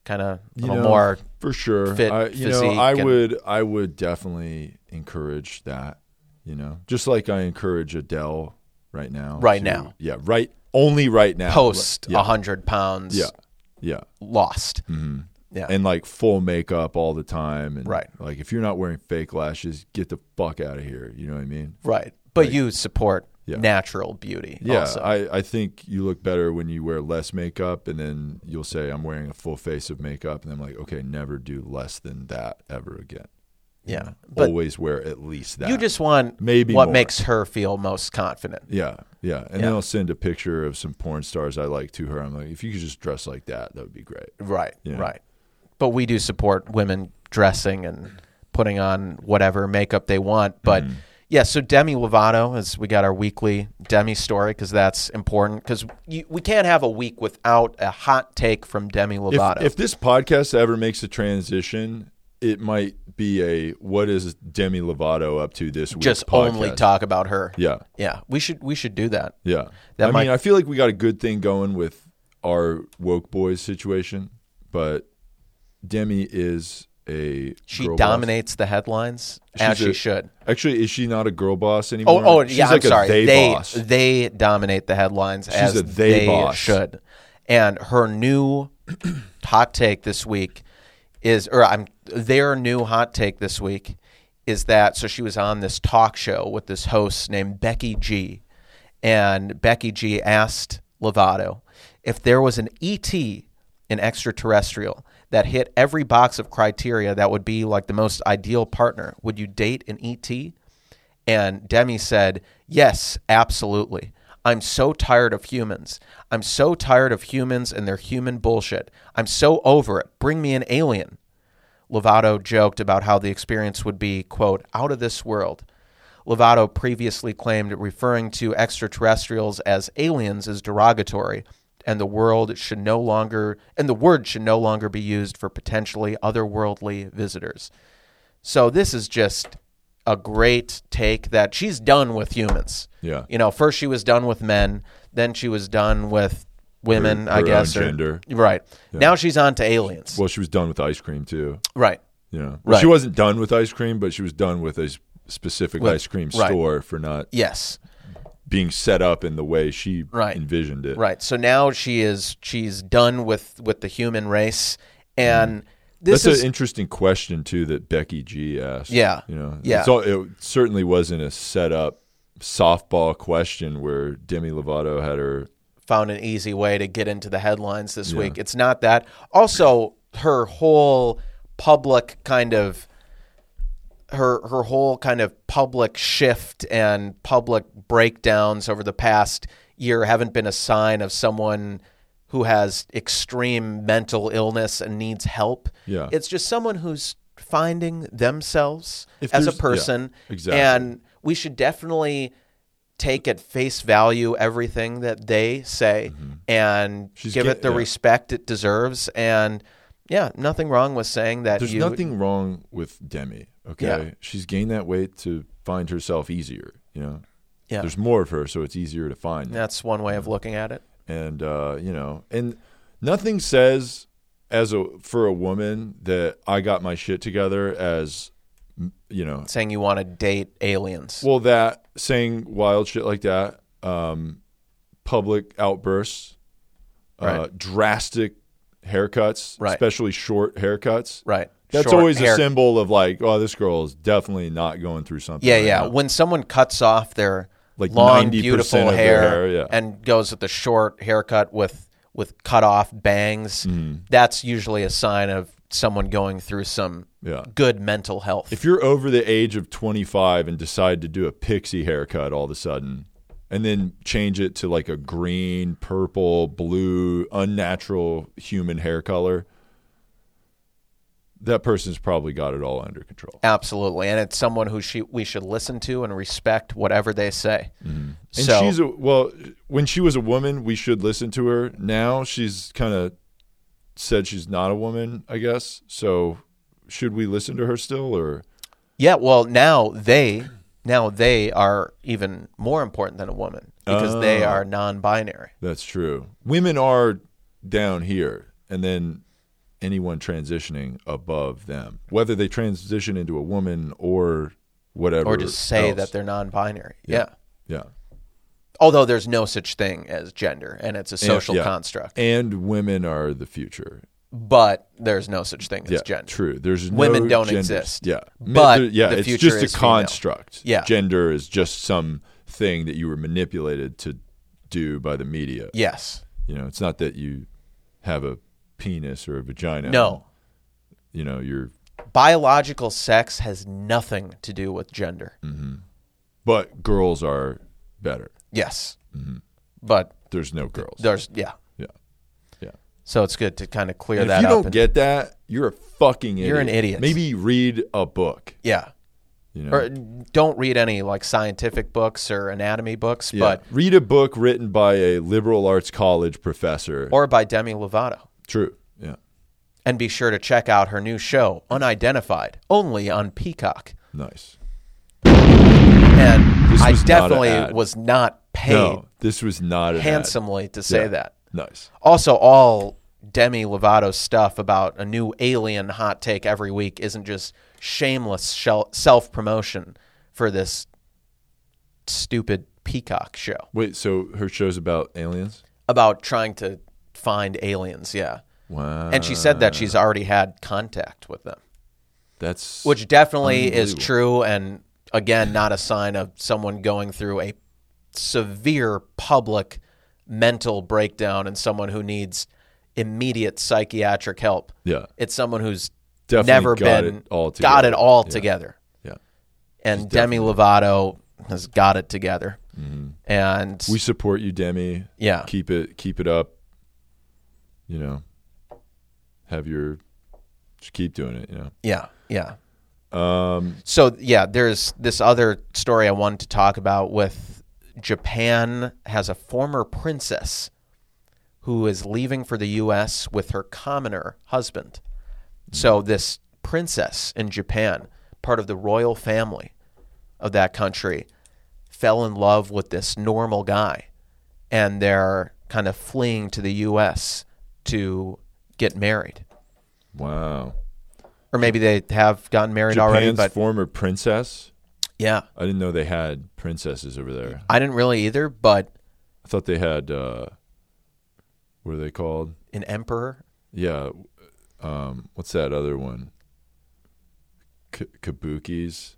S2: kind of a
S1: You
S2: little
S1: know,
S2: more
S1: for sure.
S2: fit
S1: I, you know,
S2: physique
S1: I
S2: and-
S1: would, I would definitely encourage that. You know, just like I encourage Adele right now.
S2: Right
S1: to-
S2: now.
S1: yeah, right. Only right now.
S2: post a
S1: Yeah,
S2: hundred pounds
S1: yeah, yeah,
S2: lost. Yeah.
S1: Mm-hmm. and like full makeup all the time. And
S2: Right.
S1: like if you're not wearing fake lashes, get the fuck out of here. You know what I mean?
S2: Right. But you support
S1: Yeah.
S2: natural beauty.
S1: Yeah,
S2: also.
S1: I, I think you look better when you wear less makeup, and then you'll say, I'm wearing a full face of makeup. And I'm like, okay, never do less than that ever again.
S2: yeah. But
S1: Always wear at least that.
S2: you just want
S1: Oh, Maybe
S2: what
S1: more.
S2: makes her feel most confident.
S1: Yeah, yeah. And
S2: Yeah.
S1: then I'll send a picture of some porn stars I like to her. I'm like, if you could just dress like that, that would be great.
S2: Right.
S1: Yeah.
S2: Right. But we do support women dressing and putting on whatever makeup they want. But
S1: Mm-hmm.
S2: yeah, so Demi Lovato is we got our weekly Demi story because that's important because we can't have a week without a hot take from Demi
S1: If,
S2: Lovato.
S1: if this podcast ever makes a transition, it might be a what is Demi Lovato up to this week?
S2: Just only
S1: podcast.
S2: talk about her.
S1: Yeah,
S2: Yeah. We should we should do that.
S1: yeah.
S2: That
S1: I
S2: might-
S1: mean, I feel like we got a good thing going with our woke boys situation, but Demi is a
S2: She
S1: girl boss.
S2: dominates the headlines as
S1: She's
S2: she
S1: a-
S2: should.
S1: Actually, is she not a girl boss
S2: Oh,
S1: anymore?
S2: oh,
S1: She's
S2: yeah.
S1: like
S2: I'm sorry.
S1: A they,
S2: they
S1: boss.
S2: they dominate the headlines as
S1: a they
S2: they
S1: boss.
S2: should. And her new hot take this week is, or I'm their new hot take this week is that. So she was on this talk show with this host named Becky G, and Becky G asked Lovato if there was an ET, an extraterrestrial. That hit every box of criteria that would be like the most ideal partner. Would you date an E ET? And Demi said, Yes, absolutely. I'm so tired of humans. I'm so tired of humans and their human bullshit. I'm so over it. Bring me an alien. Lovato joked about how the experience would be, quote, out of this world. Lovato previously claimed referring to extraterrestrials as aliens is derogatory and the world should no longer and the word should no longer be used for potentially otherworldly visitors. So this is just a great take that she's done with humans.
S1: Yeah.
S2: You know, first she was done with men, then she was done with women,
S1: Her-
S2: I
S1: her
S2: guess.
S1: own
S2: or-
S1: gender.
S2: Right. Now she's on to aliens.
S1: Well, she was done with ice cream too.
S2: right.
S1: You know, well, she
S2: Right.
S1: wasn't done with ice cream, but she was done with a s- specific
S2: With-
S1: ice cream
S2: right.
S1: store for not
S2: Yes.
S1: being set up in the way she
S2: Right.
S1: envisioned it.
S2: Right. So now she is she's done with with the human race and this
S1: That's
S2: is
S1: an interesting question too that Becky G asked.
S2: Yeah.
S1: you know,
S2: Yeah.
S1: It's all- it certainly wasn't a set up softball question where Demi Lovato had her.
S2: found an easy way to get into the headlines this week. It's not that. Also, her whole public kind of her her whole kind of public shift and public breakdowns over the past year haven't been a sign of someone who has extreme mental illness and needs help.
S1: Yeah.
S2: It's just someone who's finding themselves
S1: If
S2: as a
S1: there's- yeah,
S2: person
S1: exactly.
S2: and we should definitely take at face value everything that they say and
S1: Mm-hmm. She's
S2: give
S1: get-
S2: it the
S1: yeah.
S2: respect it deserves. And yeah, nothing wrong with saying that.
S1: There's
S2: you,
S1: nothing wrong with Demi. Okay,
S2: Yeah.
S1: she's gained that weight to find herself easier. You know,
S2: Yeah.
S1: There's more of her, so it's easier to find.
S2: That's one way of looking at it.
S1: and uh, you know, and nothing says as a for a woman that I got my shit together as m- you know,
S2: Saying you want to date aliens.
S1: well that saying wild shit like that, um, public outbursts, uh,
S2: Right.
S1: drastic haircuts,
S2: Right.
S1: especially short haircuts,
S2: right.
S1: That's
S2: Short
S1: always
S2: hair.
S1: a symbol of like, oh, this girl is definitely not going through something.
S2: Yeah,
S1: right
S2: yeah.
S1: now.
S2: When someone cuts off their
S1: Like
S2: long,
S1: 90%
S2: beautiful
S1: of
S2: hair,
S1: their hair, yeah.
S2: and goes with the short haircut with with cut off bangs,
S1: Mm-hmm.
S2: that's usually a sign of someone going through some
S1: Yeah.
S2: good mental health.
S1: If you're over the age of 25 and decide to do a pixie haircut all of a sudden, and then change it to like a green, purple, blue, unnatural human hair color, that person's probably got it all under control.
S2: Absolutely, and it's someone who she we should listen to and respect whatever they say.
S1: Mm-hmm. And
S2: So
S1: she's a, well, when she was a woman, we should listen to her. Now she's kind of said she's not a woman, I guess. So should we listen to her still or
S2: yeah, well now they now they are even more important than a woman because they
S1: Oh.
S2: are non-binary.
S1: That's true. Women are down here and then anyone transitioning above them, whether they transition into a woman or whatever
S2: Or just say
S1: else.
S2: that they're non-binary. yeah.
S1: yeah.
S2: although there's no such thing as gender and it's a social
S1: yeah.
S2: construct
S1: And women are the future.
S2: but there's no such thing as
S1: Yeah,
S2: gender
S1: true. There's no
S2: Women don't
S1: genders.
S2: exist.
S1: Yeah, Ma-
S2: But
S1: there- yeah,
S2: the
S1: it's
S2: future
S1: just
S2: is
S1: a
S2: female.
S1: construct.
S2: Yeah.
S1: gender is just some thing that you were manipulated to do by the media.
S2: yes
S1: You know, it's not that you have a penis or a vagina.
S2: no
S1: you know, you're.
S2: biological sex has nothing to do with gender
S1: Mm. But girls are better.
S2: yes
S1: Mm-hmm.
S2: but
S1: There's no girls.
S2: there's yeah
S1: yeah, yeah.
S2: so it's good to kind of clear
S1: And
S2: that
S1: if you
S2: up
S1: don't
S2: and-
S1: get that, you're a fucking idiot.
S2: You're an idiot.
S1: Maybe read a book.
S2: yeah
S1: You know,
S2: or don't read any like scientific books or anatomy books
S1: Yeah.
S2: but
S1: read a book written by a liberal arts college professor.
S2: or by demi lovato
S1: true. Yeah.
S2: and be sure to check out her new show unidentified only on peacock
S1: Nice.
S2: and
S1: This
S2: I
S1: was not an
S2: definitely
S1: ad.
S2: was not paid
S1: No, this was not an ad.
S2: handsomely to say
S1: Yeah.
S2: that.
S1: Nice.
S2: Also, all Demi Lovato stuff about a new alien hot take every week isn't just shameless self promotion for this stupid peacock show
S1: Wait, so her show's about aliens?
S2: about trying to find aliens. Yeah.
S1: Wow.
S2: And she said that she's already had contact with them,
S1: that's
S2: which definitely is
S1: Unbelievable.
S2: true. And again, not a sign of someone going through a severe public mental breakdown and someone who needs immediate psychiatric help.
S1: Yeah.
S2: It's someone who's
S1: Definitely
S2: never
S1: got
S2: been
S1: it all
S2: got it
S1: together.
S2: all
S1: Yeah.
S2: together.
S1: Yeah.
S2: And Demi Lovato has got it together. And
S1: Mm-hmm. We support you, Demi.
S2: Yeah.
S1: Keep it keep it up. You know. Have your just keep doing it, you know.
S2: Yeah, yeah. Um, so yeah, there's this other story I wanted to talk about with Japan has a former princess who is leaving for the U.S. with her commoner husband. So this princess in Japan, part of the royal family of that country, fell in love with this normal guy, and their kind of fleeing to the U.S. to get married,
S1: Wow.
S2: or maybe they have gotten married already.
S1: Japan's
S2: But
S1: former princess.
S2: yeah,
S1: I didn't know they had princesses over there.
S2: I didn't really either. But
S1: I thought they had. Uh, what are they called?
S2: an emperor,
S1: Yeah. Um, what's that other one? K- kabukis.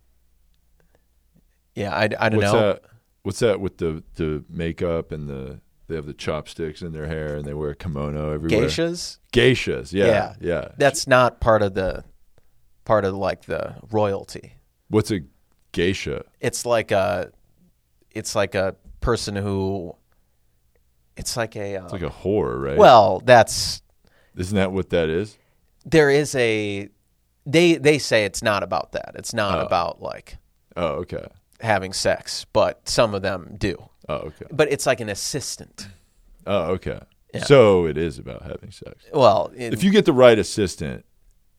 S2: yeah, I, I don't
S1: What's
S2: know.
S1: that? What's that with the the makeup and the they have the chopsticks in their hair and they wear kimono everywhere.
S2: Geishas.
S1: Geishas. Yeah. Yeah.
S2: That's not part of the part of like the royalty.
S1: what's a geisha?
S2: It's like a it's like a person who it's like a, uh,
S1: It's like a whore, right?
S2: well, that's
S1: isn't that what that is?
S2: there is a they they say it's not about that. It's not about like
S1: Oh, okay.
S2: having sex, but some of them do.
S1: Oh, okay.
S2: But it's like an assistant.
S1: Oh, okay. So it is about having sex.
S2: Well, in-
S1: If you get the right assistant,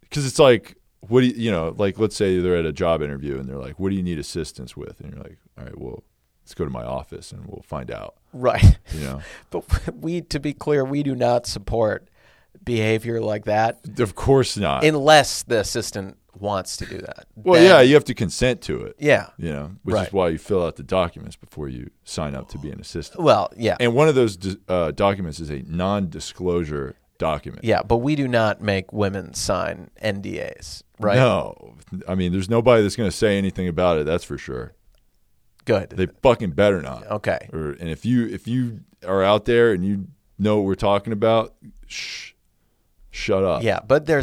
S1: because it's like, what do you, you know, like, let's say they're at a job interview and they're like, what do you need assistance with? And you're like, all right, well, let's go to my office and we'll find out,
S2: right.
S1: you know?
S2: But we to be clear, we do not support behavior like that.
S1: of course not.
S2: unless the assistant wants to do that.
S1: well,
S2: Then-
S1: yeah, you have to consent to it,
S2: yeah.
S1: you know, which
S2: Right.
S1: is why you fill out the documents before you sign up to be an assistant.
S2: Well, yeah,
S1: And one of those d- uh, documents is a non disclosure document.
S2: yeah, but we do not make women sign NDAs, right?
S1: No, I mean, there's nobody that's going to say anything about it. That's for sure.
S2: Good.
S1: They fucking better not.
S2: okay.
S1: Or, and if you if you are out there and you know what we're talking about, shh, shut up.
S2: Yeah, but there's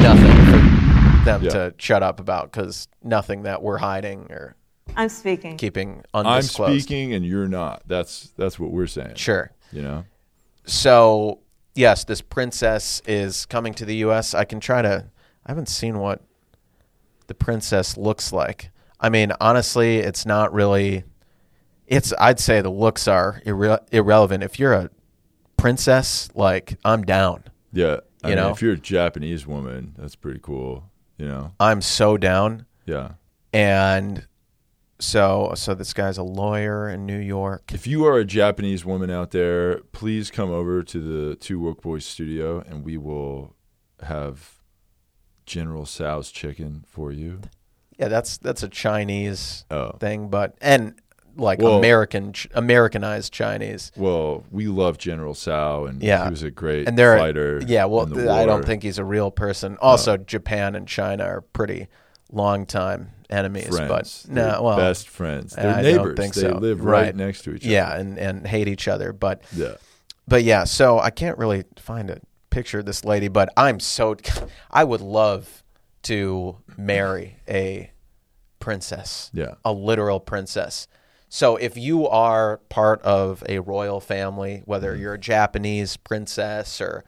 S2: nothing for them
S1: Yeah.
S2: to shut up about because nothing that we're hiding or
S5: I'm speaking.
S2: keeping
S1: I'm
S2: undisclosed.
S1: speaking and you're not. That's that's what we're saying.
S2: Sure.
S1: You know.
S2: So yes, this princess is coming to the U.S. I can try to. I haven't seen what the princess looks like. I mean, honestly, it's not really. It's. I'd say the looks are irre- irrelevant. If you're a princess, like I'm down.
S1: Yeah. I
S2: You
S1: mean,
S2: know?
S1: if you're a Japanese woman, that's pretty cool. You know.
S2: I'm so down.
S1: Yeah.
S2: And so, so this guy's a lawyer in New York.
S1: If you are a Japanese woman out there, please come over to the Two Woke Boys studio and we will have General Tso's chicken for you.
S2: Yeah, that's that's a Chinese
S1: Oh.
S2: thing, but and like
S1: Well-
S2: American Ch- Americanized Chinese.
S1: Well, we love General Tsao, and
S2: Yeah.
S1: he was a great
S2: and they're
S1: fighter.
S2: yeah well
S1: in
S2: th-
S1: the
S2: i
S1: war. Uh,
S2: don't think he's a real person also japan and china are pretty long time enemies
S1: friends.
S2: but no
S1: They're
S2: well
S1: best friends.
S2: I
S1: They're
S2: don't
S1: neighbors.
S2: think
S1: they
S2: so.
S1: live right.
S2: Right.
S1: next to each
S2: yeah
S1: other.
S2: and and hate each other but
S1: Yeah,
S2: but yeah so i can't really find a picture of this lady but i'm so i would love to marry a princess
S1: Yeah.
S2: a literal princess so if you are part of a royal family whether you're a japanese princess or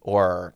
S2: or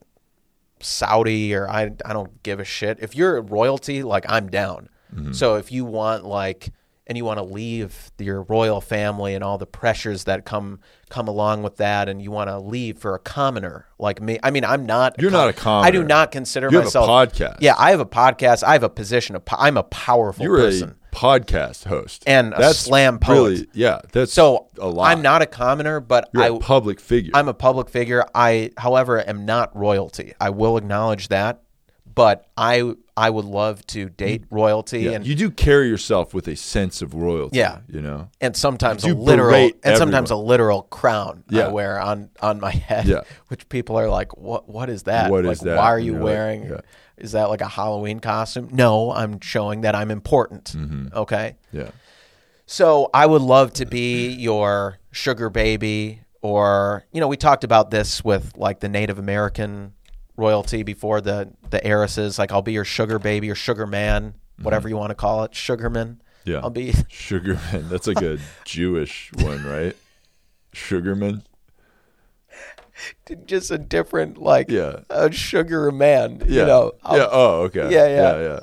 S2: Saudi or I I don't give a shit. If you're royalty, like I'm down.
S1: Mm-hmm.
S2: So if you want like and you want to leave your royal family and all the pressures that come come along with that and you want to leave for a commoner like me. I mean, I'm not
S1: You're not a
S2: I do
S1: commoner.
S2: not consider
S1: You have a
S2: myself
S1: podcast.
S2: Yeah, I have a podcast. I have a position of po- I'm a powerful
S1: you're
S2: person.
S1: a podcast host
S2: And a slam poet.
S1: Really, yeah, that's
S2: so
S1: a lot.
S2: I'm not a commoner, but
S1: You're
S2: I
S1: a public figure.
S2: I'm a public figure. I, however, am not royalty. I will acknowledge that, but I I would love to date royalty
S1: yeah.
S2: and
S1: you do carry yourself with a sense of royalty.
S2: Yeah.
S1: you know.
S2: and sometimes a
S1: you
S2: literal and
S1: berate
S2: sometimes a
S1: everyone.
S2: literal crown
S1: Yeah.
S2: I wear on on my head,
S1: Yeah.
S2: which people are like, what What is that?
S1: What
S2: like,
S1: is that?
S2: Why are
S1: And
S2: you
S1: you're like,
S2: wearing?
S1: yeah.
S2: Is that like a Halloween costume? No, I'm showing that I'm important.
S1: Mm-hmm.
S2: Okay,
S1: Yeah,
S2: So I would love to be your sugar baby, or you know, we talked about this with like the Native American royalty before the the heiresses. Like I'll be your sugar baby or sugar man, whatever you want to call it, sugarman.
S1: Mm-hmm. yeah.
S2: I'll be
S1: Sugarman. That's like a Jewish one, right? Sugarman.
S2: just a different like
S1: Yeah.
S2: a sugar man.
S1: Yeah.
S2: You know, I'll-
S1: yeah. Oh, okay.
S2: Yeah, yeah.
S1: yeah, yeah.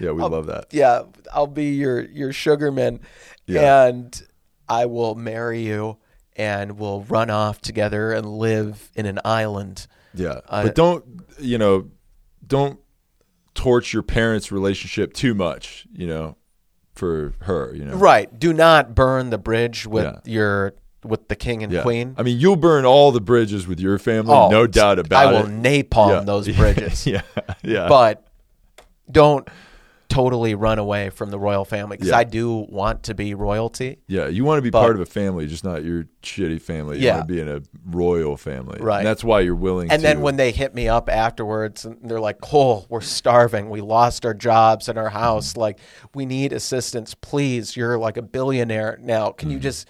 S1: Yeah, we love that.
S2: yeah, I'll be your your sugarman,
S1: Yeah.
S2: and I will marry you, and we'll run off together and live in an island.
S1: Yeah.
S2: I-
S1: but don't, you know, don't torch your parents' relationship too much, you know, for her, you know.
S2: Right. Do not burn the bridge with
S1: Yeah.
S2: your with the king and
S1: Yeah.
S2: queen.
S1: I mean, you'll burn all the bridges with your family,
S2: Oh,
S1: no doubt about it.
S2: I will napalm
S1: Yeah.
S2: those bridges.
S1: yeah, yeah.
S2: But don't totally run away from the royal family because
S1: Yeah.
S2: I do want to be royalty.
S1: Yeah, you want to be
S2: But-
S1: part of a family, just not your shitty family. You
S2: Yeah.
S1: want to be in a royal family.
S2: Right.
S1: And that's why you're willing
S2: And
S1: to.
S2: then when they hit me up afterwards and they're like, "Oh, we're starving. We lost our jobs
S1: Mm-hmm.
S2: and our house. Like, we need assistance. Please, you're like a billionaire now. Can
S1: Mm-hmm.
S2: you just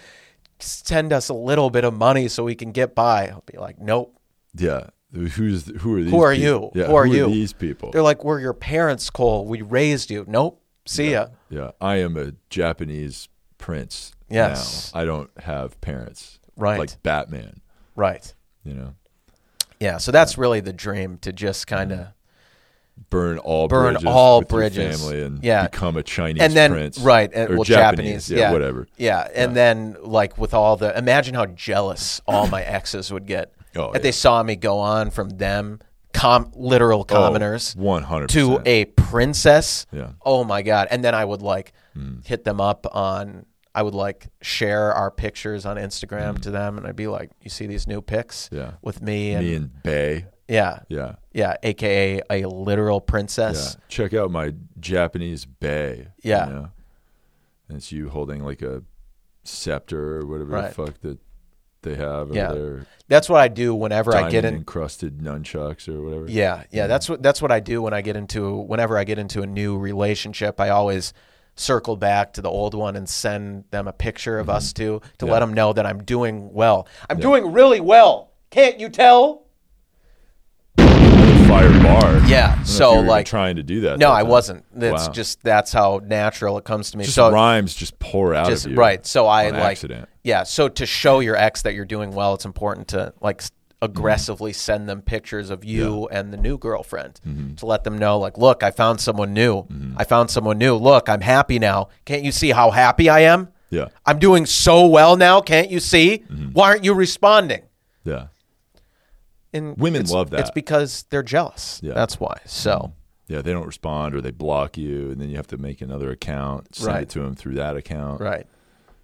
S2: send us a little bit of money so we can get by?" I'll be like, "Nope."
S1: Yeah. Who's, who are these
S2: Who are
S1: people?
S2: you?
S1: Yeah,
S2: Who are you?
S1: these people?
S2: They're like, "We're your parents, Cole. We raised you." Nope. See ya.
S1: yeah. I am a Japanese prince.
S2: Yes.
S1: Now. I don't have parents.
S2: Right.
S1: Like Batman,
S2: Right.
S1: you know?
S2: Yeah. So that's really the dream to just kind
S1: Mm-hmm.
S2: of.
S1: Burn all
S2: Burn
S1: bridges
S2: all
S1: with your
S2: bridges.
S1: family and
S2: Yeah.
S1: become a Chinese
S2: and then
S1: prince.
S2: right and,
S1: or
S2: well
S1: Japanese.
S2: Japanese,
S1: Yeah, whatever.
S2: yeah and then like with all the imagine how jealous all my exes would get
S1: Oh,
S2: if they
S1: yeah.
S2: saw me go on from them com- literal commoners
S1: Oh, 100%.
S2: to a princess
S1: Yeah.
S2: oh my god and then I would like hit them up on I would like share our pictures on Instagram to them and I'd be like you see these new pics
S1: Yeah.
S2: with me and
S1: Me and Bay.
S2: yeah
S1: Yeah.
S2: yeah aka a literal
S1: Yeah.
S2: princess
S1: Check out my Japanese bay.
S2: Yeah.
S1: You know? And it's you holding like a scepter or whatever the
S2: Right.
S1: fuck that they have
S2: Yeah.
S1: or their
S2: that's what I do whenever I
S1: diamond
S2: get in
S1: encrusted nunchucks or whatever.
S2: Yeah, yeah, that's what that's what I do when I get into whenever I get into a new relationship. I always circle back to the old one and send them a picture of us two to let them know that I'm doing well. I'm
S4: I'm doing really well. Can't you tell?
S1: Fire bar. I
S2: yeah.
S1: don't know if you
S2: so
S1: were even
S2: like
S1: trying to do that.
S2: no,
S1: that
S2: I
S1: time.
S2: wasn't. It's
S1: Wow.
S2: just that's how natural it comes to me.
S1: Just
S2: so
S1: rhymes just pour out
S2: just
S1: of you.
S2: right. So I
S1: on
S2: like
S1: accident.
S2: yeah. So to show your ex that you're doing well, it's important to like s-
S1: Mm-hmm.
S2: aggressively send them pictures of you and the new girlfriend
S1: Mm-hmm.
S2: to let them know like, look, I found someone new. I found someone new. Look, I'm happy now. Can't you see how happy I am?
S1: Yeah. Mm-hmm.
S2: I'm doing so well now. Can't you see? Why aren't you responding?
S1: Yeah.
S2: And
S1: Women
S2: it's-
S1: love that.
S2: It's because they're jealous.
S1: Yeah.
S2: That's why. So
S1: Yeah, they don't respond or they block you and then you have to make another account, send
S2: Right.
S1: it to them through that account.
S2: right.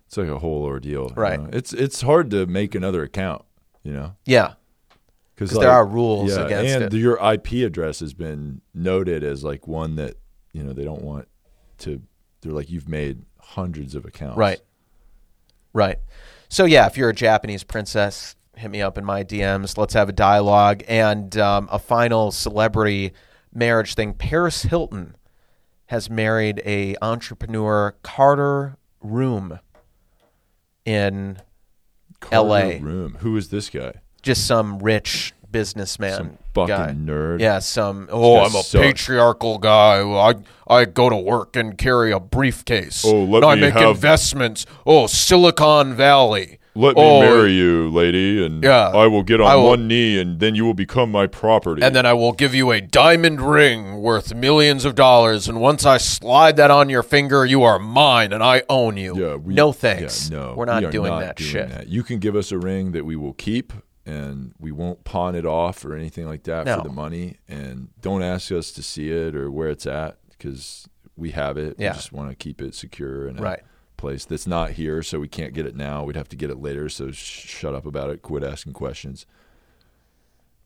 S1: It's like a whole ordeal. you
S2: Right.
S1: know? It's it's hard to make another account, you know?
S2: Yeah.
S1: because
S2: 'Cause there are rules against
S1: and
S2: it.
S1: the- your IP address has been noted as like one that you know they don't want to. They're like you've made hundreds of accounts,
S2: Right. Right. So yeah, if you're a Japanese princess, hit me up in my DMs. Let's have a dialogue and um, a final celebrity marriage thing. Paris Hilton has married a entrepreneur Carter Room in
S1: Carter
S2: LA.
S1: room. Who is this guy?
S2: just some rich businessman
S1: Some fucking
S2: guy.
S1: nerd.
S2: Yeah, some oh,
S1: guy
S2: I'm a
S1: sucks.
S2: patriarchal guy. I I go to work and carry a briefcase.
S1: Oh, let
S2: and I
S1: me
S2: make
S1: have-
S2: investments. Oh, Silicon Valley.
S1: Let
S2: oh,
S1: me marry you, lady, and
S2: Yeah.
S1: I will get on
S2: I will-
S1: one knee, and then you will become my property.
S2: and then I will give you a diamond ring worth millions of dollars. And once I slide that on your finger, you are mine, and I own you.
S1: yeah, we,
S2: no
S1: yeah,
S2: thanks.
S1: no,
S2: we're not
S1: we are
S2: doing
S1: not
S2: that
S1: doing
S2: shit.
S1: that. You can give us a ring that we will keep, and we won't pawn it off or anything like that
S2: No.
S1: for the money. And don't ask us to see it or where it's at because we have it.
S2: Yeah.
S1: We just want to keep it secure in a
S2: Right.
S1: place that's not here, so we can't get it now. We'd have to get it later. So sh- shut up about it. Quit asking questions.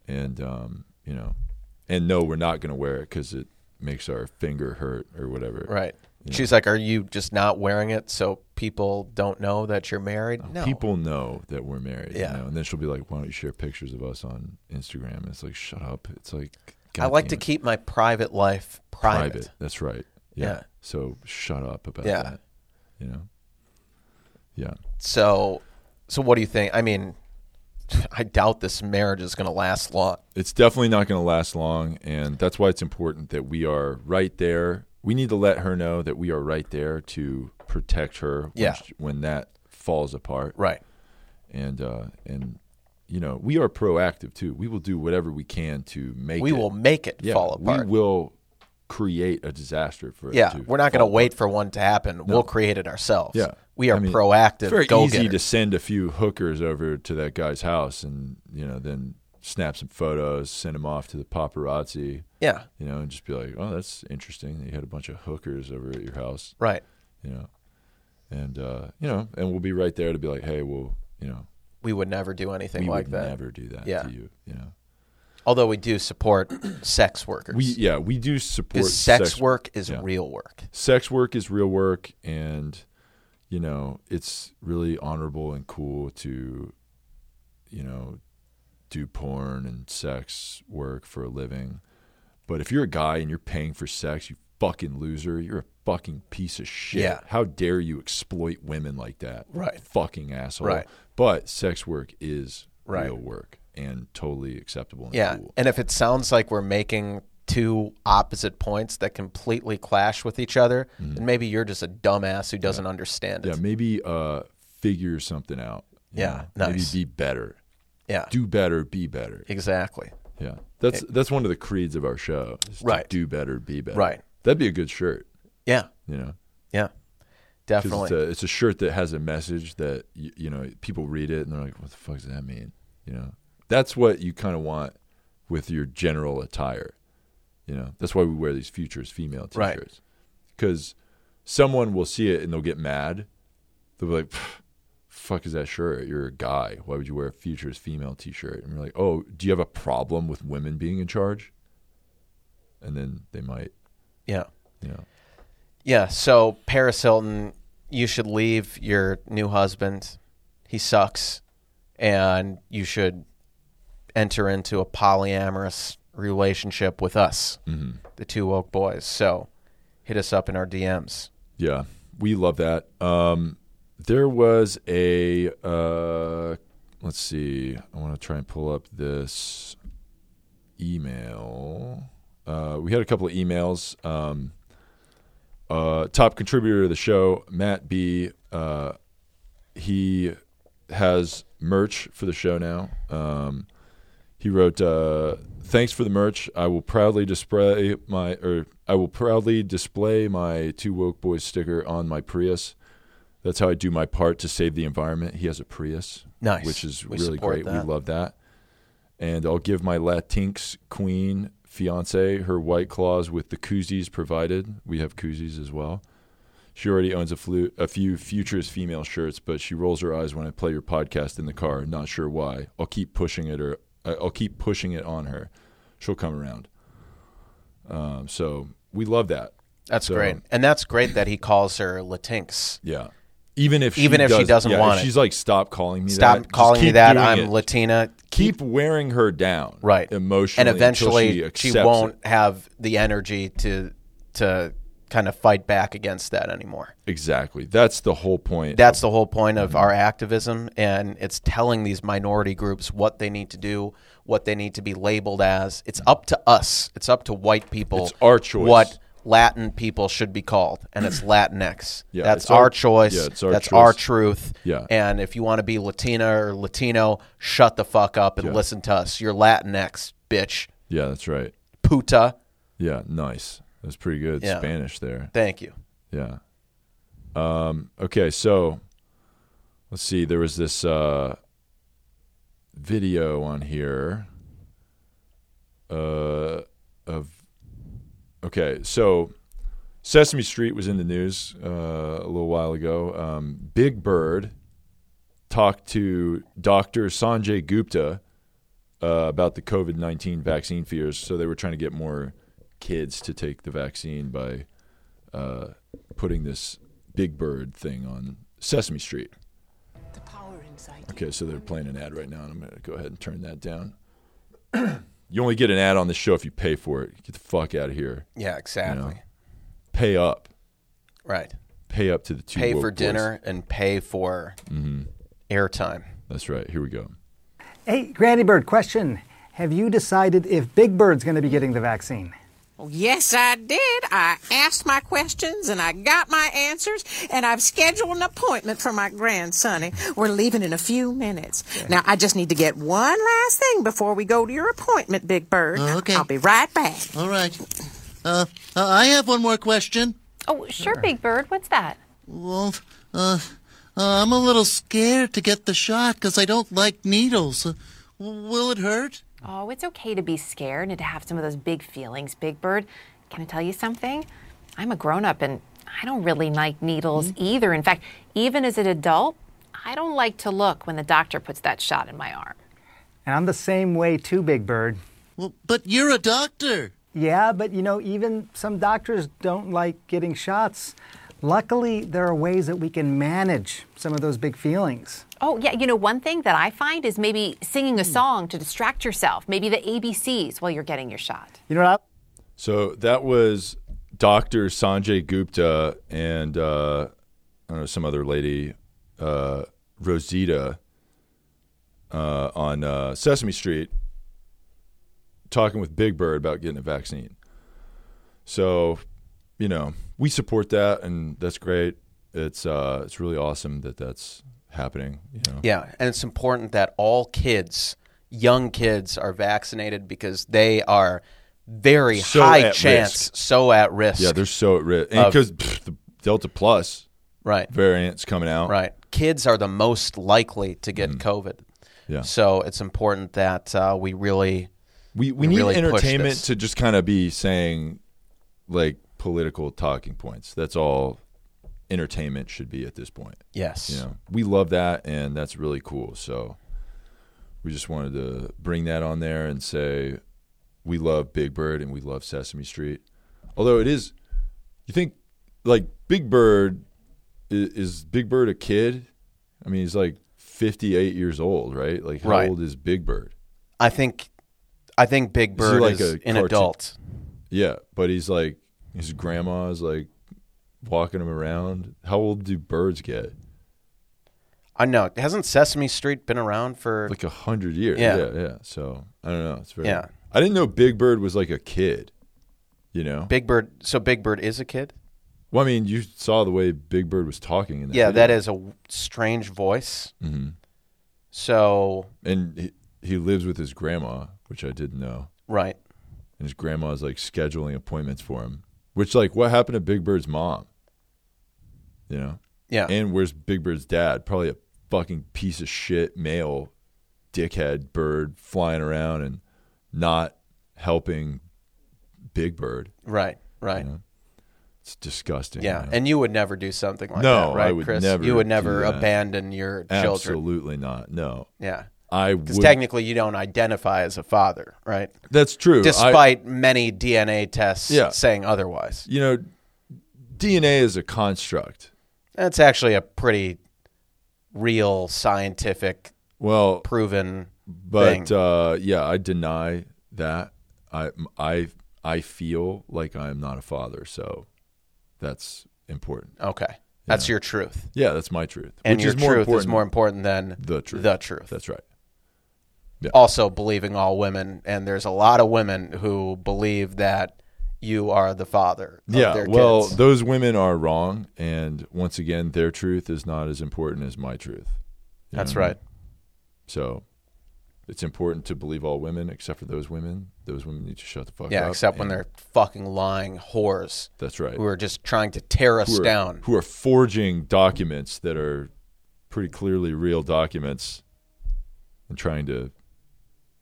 S1: And um, you know, and no, we're not going to wear it because it makes our finger hurt or whatever.
S2: Right. She's like, "Are you just not wearing it so people don't know that you're married?" No.
S1: Oh, people know that we're married.
S2: Yeah.
S1: You know? And then she'll be like, why don't you share pictures of us on Instagram? And it's like, shut up. It's like,
S2: I
S1: God
S2: like
S1: damn
S2: to
S1: it.
S2: keep my private life private.
S1: That's right. Yeah.
S2: Yeah.
S1: So shut up about
S2: Yeah.
S1: that. You know? Yeah.
S2: So, so what do you think? I mean, I doubt this marriage is going to last long.
S1: It's definitely not going to last long. And that's why it's important that we are right there. We need to let her know that we are right there to protect her when
S2: Yeah.
S1: sh- when that falls apart.
S2: Right.
S1: And, uh, and, you know, we are proactive too. We will do whatever we can to make
S2: We
S1: it
S2: will make it
S1: yeah,
S2: fall apart.
S1: We will create a disaster for it.
S2: yeah,
S1: to
S2: we're not going to
S1: fall
S2: wait for one to happen. We'll create it ourselves.
S1: Yeah.
S2: we are
S1: I mean,
S2: proactive.
S1: It's very
S2: go
S1: easy to send a few hookers over to that guy's house and, you know, then snap some photos, send them off to the paparazzi,
S2: Yeah,
S1: you know, and just be like, oh, that's interesting. that You had a bunch of hookers over at your house,
S2: right.
S1: you know. And, uh, you know, and we'll be right there to be like, hey, we'll, you know,
S2: we would never do anything
S1: we
S2: like
S1: would
S2: that.
S1: never do that
S2: Yeah.
S1: to you. You know,
S2: Although we do support sex workers.
S1: we yeah we do support
S2: 'Cause sex,
S1: work.
S2: work is
S1: yeah.
S2: real work.
S1: sex work is real work and you know it's really honorable and cool to you know do porn and sex work for a living but if you're a guy and you're paying for sex you fucking loser you're a fucking piece of shit
S2: Yeah.
S1: how dare you exploit women like that
S2: Right.
S1: fucking asshole
S2: Right.
S1: but sex work is
S2: Right.
S1: real work and totally acceptable and
S2: Yeah.
S1: cool
S2: And if it sounds like we're making two opposite points that completely clash with each other, then maybe you're just a dumbass who doesn't understand
S1: Mm-hmm. yeah
S2: it.
S1: maybe uh figure something out you
S2: Yeah,
S1: know?
S2: nice.
S1: maybe be better
S2: Yeah.
S1: do better, be better.
S2: exactly.
S1: Yeah, that's that's one of the creeds of our show. is to
S2: Right.
S1: do better, be better.
S2: Right.
S1: That'd be a good shirt.
S2: Yeah.
S1: You know,
S2: Yeah.
S1: 'Cause
S2: Definitely.
S1: it's a it's a shirt that has a message that you, you know people read it and they're like, "What the fuck does that mean?" You know, that's what you kind of want with your general attire. You know, that's why we wear these futures female
S2: Right.
S1: t-shirts because someone will see it and they'll get mad. They'll be like. "Pff, Fuck is that shirt? You're a guy. Why would you wear a futures female T-shirt? And we're like, oh, do you have a problem with women being in charge? And then they might,
S2: yeah.
S1: you know,
S2: Yeah. So Paris Hilton, you should leave your new husband. He sucks, and you should enter into a polyamorous relationship with us,
S1: Mm-hmm.
S2: the two Oak Boys. So hit us up in our DMs.
S1: Yeah, we love that. Um, there was a uh, let's see. I want to try and pull up this email. Uh, we had a couple of emails. Um, uh, top contributor to the show, Matt B. Uh, he has merch for the show now. Um, he wrote, uh, "Thanks for the merch. I will proudly display my or I will proudly display my two woke boys sticker on my Prius. That's how I do my part to save the environment. He has a Prius,
S2: Nice.
S1: which is
S2: We
S1: really
S2: support
S1: great.
S2: that.
S1: We love that. And I'll give my Latinx queen fiance her white claws with the koozies provided. We have koozies as well." She already owns a, flu- a few futures female shirts, but she rolls her eyes when I play your podcast in the car. Not sure why. I'll keep pushing it, or I- I'll keep pushing it on her. She'll come around. Um, so we love that.
S2: That's
S1: So,
S2: great, and that's great that he calls her Latinx.
S1: Yeah. Even if
S2: Even
S1: she
S2: if she
S1: does,
S2: doesn't
S1: yeah, if
S2: want it.
S1: she's like, stop calling me.
S2: Stop
S1: that. just
S2: calling me
S1: keep
S2: that.
S1: doing
S2: I'm
S1: it.
S2: Latina.
S1: keep wearing her down,
S2: right
S1: Emotionally,
S2: and eventually
S1: until
S2: she,
S1: accepts
S2: won't
S1: it.
S2: have the energy to to kind of fight back against that anymore.
S1: Exactly. That's the whole point.
S2: That's the whole point of our activism, and it's telling these minority groups what they need to do, what they need to be labeled as. It's up to us. It's up to white people.
S1: It's our choice.
S2: What Latin people should be called, and it's Latinx.
S1: Yeah,
S2: That's
S1: it's our-
S2: our, choice.
S1: yeah, it's our
S2: That's our
S1: choice.
S2: truth.
S1: Yeah.
S2: And if you want to be Latina or Latino, shut the fuck up and
S1: Yeah.
S2: listen to us. You're Latinx, bitch.
S1: yeah, that's right.
S2: Puta.
S1: Yeah, nice. That's pretty good
S2: Yeah.
S1: Spanish there.
S2: Thank you.
S1: Yeah. Um, okay, so let's see. There was this uh, video on here uh, of. Okay, so Sesame Street was in the news uh, a little while ago. Um, Big Bird talked to Dr. Sanjay Gupta uh, about the COVID 19 vaccine fears. So they were trying to get more kids to take the vaccine by uh, putting this Big Bird thing on Sesame Street.
S5: The power inside you.
S1: Okay, so they're playing an ad right now, and I'm going to go ahead and turn that down. you only get an ad on this show if you pay for it. Get the fuck out of here.
S2: Yeah,
S1: You
S2: exactly.
S1: know? Pay up.
S2: Right.
S1: Pay up to the two
S2: Pay
S1: woke
S2: for
S1: boys.
S2: dinner and pay for
S1: Mm-hmm.
S2: airtime.
S1: That's right. Here we go.
S6: Hey, Granny Bird, question. Have you decided if Big Bird's going to be getting the vaccine?
S7: Well, yes, I did. I asked my questions and I got my answers, and I've scheduled an appointment for my grandsonny. We're leaving in a few minutes. Now, I just need to get one last thing before we go to your appointment, Big Bird.
S8: Oh, okay.
S7: I'll be right back.
S8: All right. Uh, uh, I have one more question.
S9: Oh, sure, Big Bird. What's that?
S8: Well, uh, uh, I'm a little scared to get the shot because I don't like needles. Uh, w- will it hurt?
S9: Oh, it's okay to be scared and to have some of those big feelings, Big Bird. Can I tell you something? I'm a grown up and I don't really like needles either. In fact, even as an adult, I don't like to look when the doctor puts that shot in my arm.
S6: And I'm the same way too, Big Bird.
S8: Well, but you're a doctor.
S6: Yeah, but you know, even some doctors don't like getting shots. Luckily, there are ways that we can manage some of those big feelings.
S9: Oh, yeah. You know, one thing that I find is maybe singing a song to distract yourself, maybe the ABCs while you're getting your shot.
S6: You know what? I,
S1: So that was Dr. Sanjay Gupta and uh, I don't know some other lady, uh, Rosita, uh, on uh, Sesame Street, talking with Big Bird about getting a vaccine. So, you know, we support that, and that's great. It's uh, it's really awesome that that's happening. You know,
S2: Yeah, and it's important that all kids, young kids, are vaccinated because they are very
S1: So
S2: high
S1: at
S2: chance
S1: risk.
S2: so at risk.
S1: yeah, they're so at risk because the Delta Plus
S2: right,
S1: variant's coming out.
S2: right. Kids are the most likely to get COVID.
S1: Mm-hmm. Yeah.
S2: So it's important that uh, we really
S1: We we
S2: We
S1: need
S2: really push
S1: entertainment
S2: this.
S1: to just kind of be saying like political talking points. That's all entertainment should be at this point.
S2: yes.
S1: You know, we love that and that's really cool. So we just wanted to bring that on there and say we love Big Bird and we love Sesame Street. Although it is you think like Big Bird i- is Big Bird a kid? I mean, he's like 58 years old, right? Like how
S2: Right.
S1: old is Big Bird?
S2: I think I think Big
S1: Is he
S2: Bird
S1: like
S2: is
S1: a
S2: an
S1: cartoon-
S2: adult.
S1: Yeah, but he's like his grandma's like walking him around. How old do birds get?
S2: I know. Hasn't Sesame Street been around for
S1: Like a hundred years.
S2: Yeah.
S1: yeah, So I don't know. It's very.
S2: Yeah.
S1: I didn't know Big Bird was like a kid. You know.
S2: Big Bird? So Big Bird is a kid.
S1: well, I mean, you saw the way Big Bird was talking in that.
S2: Yeah,
S1: video.
S2: that is a w- strange voice. Mm-hmm. So
S1: And he, he lives with his grandma, which I didn't know.
S2: right,
S1: And his grandma's like scheduling appointments for him. Which, like, what happened to Big Bird's mom? You know.
S2: yeah,
S1: And where's Big Bird's dad? Probably a fucking piece of shit male dickhead bird flying around and not helping Big Bird.
S2: right, right.
S1: It's disgusting.
S2: Yeah,
S1: man.
S2: and you would never do something like
S1: No,
S2: that, right,
S1: I would
S2: Chris?
S1: never
S2: you would
S1: do
S2: never
S1: that.
S2: abandon your children.
S1: absolutely not. No.
S2: Yeah,
S1: I
S2: because
S1: would
S2: technically you don't identify as a father, right?
S1: That's true. I-
S2: Despite many DNA tests
S1: Yeah.
S2: saying otherwise,
S1: you know DNA is a construct.
S2: that's actually a pretty real, scientific,
S1: Well,
S2: proven.
S1: but
S2: thing.
S1: uh, yeah, I deny that. I I I feel like I am not a father, so that's important.
S2: okay, that's your truth,
S1: Yeah, that's my truth.
S2: and
S1: which
S2: your
S1: is more
S2: truth
S1: important
S2: is more important than
S1: The truth.
S2: The truth.
S1: That's right.
S2: also believing all women, and there's a lot of women who believe that you are the father. Of
S1: yeah.
S2: their
S1: Well,
S2: kids.
S1: those women are wrong, and once again, their truth is not as important as my truth. You
S2: that's
S1: know what I
S2: right.
S1: mean? So, it's important to believe all women except for those women. Those women need to shut the fuck up.
S2: Yeah, except when
S1: and-
S2: they're fucking lying whores
S1: That's right.
S2: who are just trying to tear us
S1: who are-
S2: down.
S1: Who are forging documents that are pretty clearly real documents, and trying to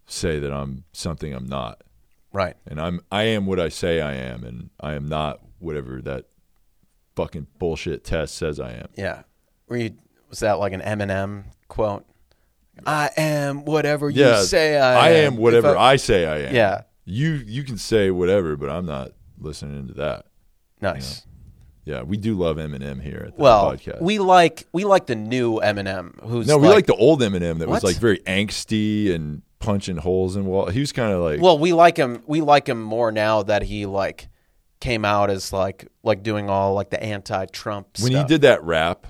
S1: say that I'm something I'm not.
S2: Right.
S1: and I'm I am what I say I am, and I am not whatever that fucking bullshit test says I am.
S2: Yeah. Were you, was that like an Eminem quote? I am whatever you say I,
S1: am,
S2: If
S1: whatever I, say I am.
S2: Yeah.
S1: you you can say whatever, but I'm not listening to that.
S2: Nice.
S1: Yeah, we do love Eminem here at the
S2: Well,
S1: podcast.
S2: we like we like the new Eminem who's
S1: no, we like, the old Eminem that was
S2: What?
S1: like very angsty and punching holes in wall. He was kind of like
S2: Well, we like him. We like him more now that he like came out as like like doing all like the anti-Trump
S1: when he
S2: stuff.
S1: did that rap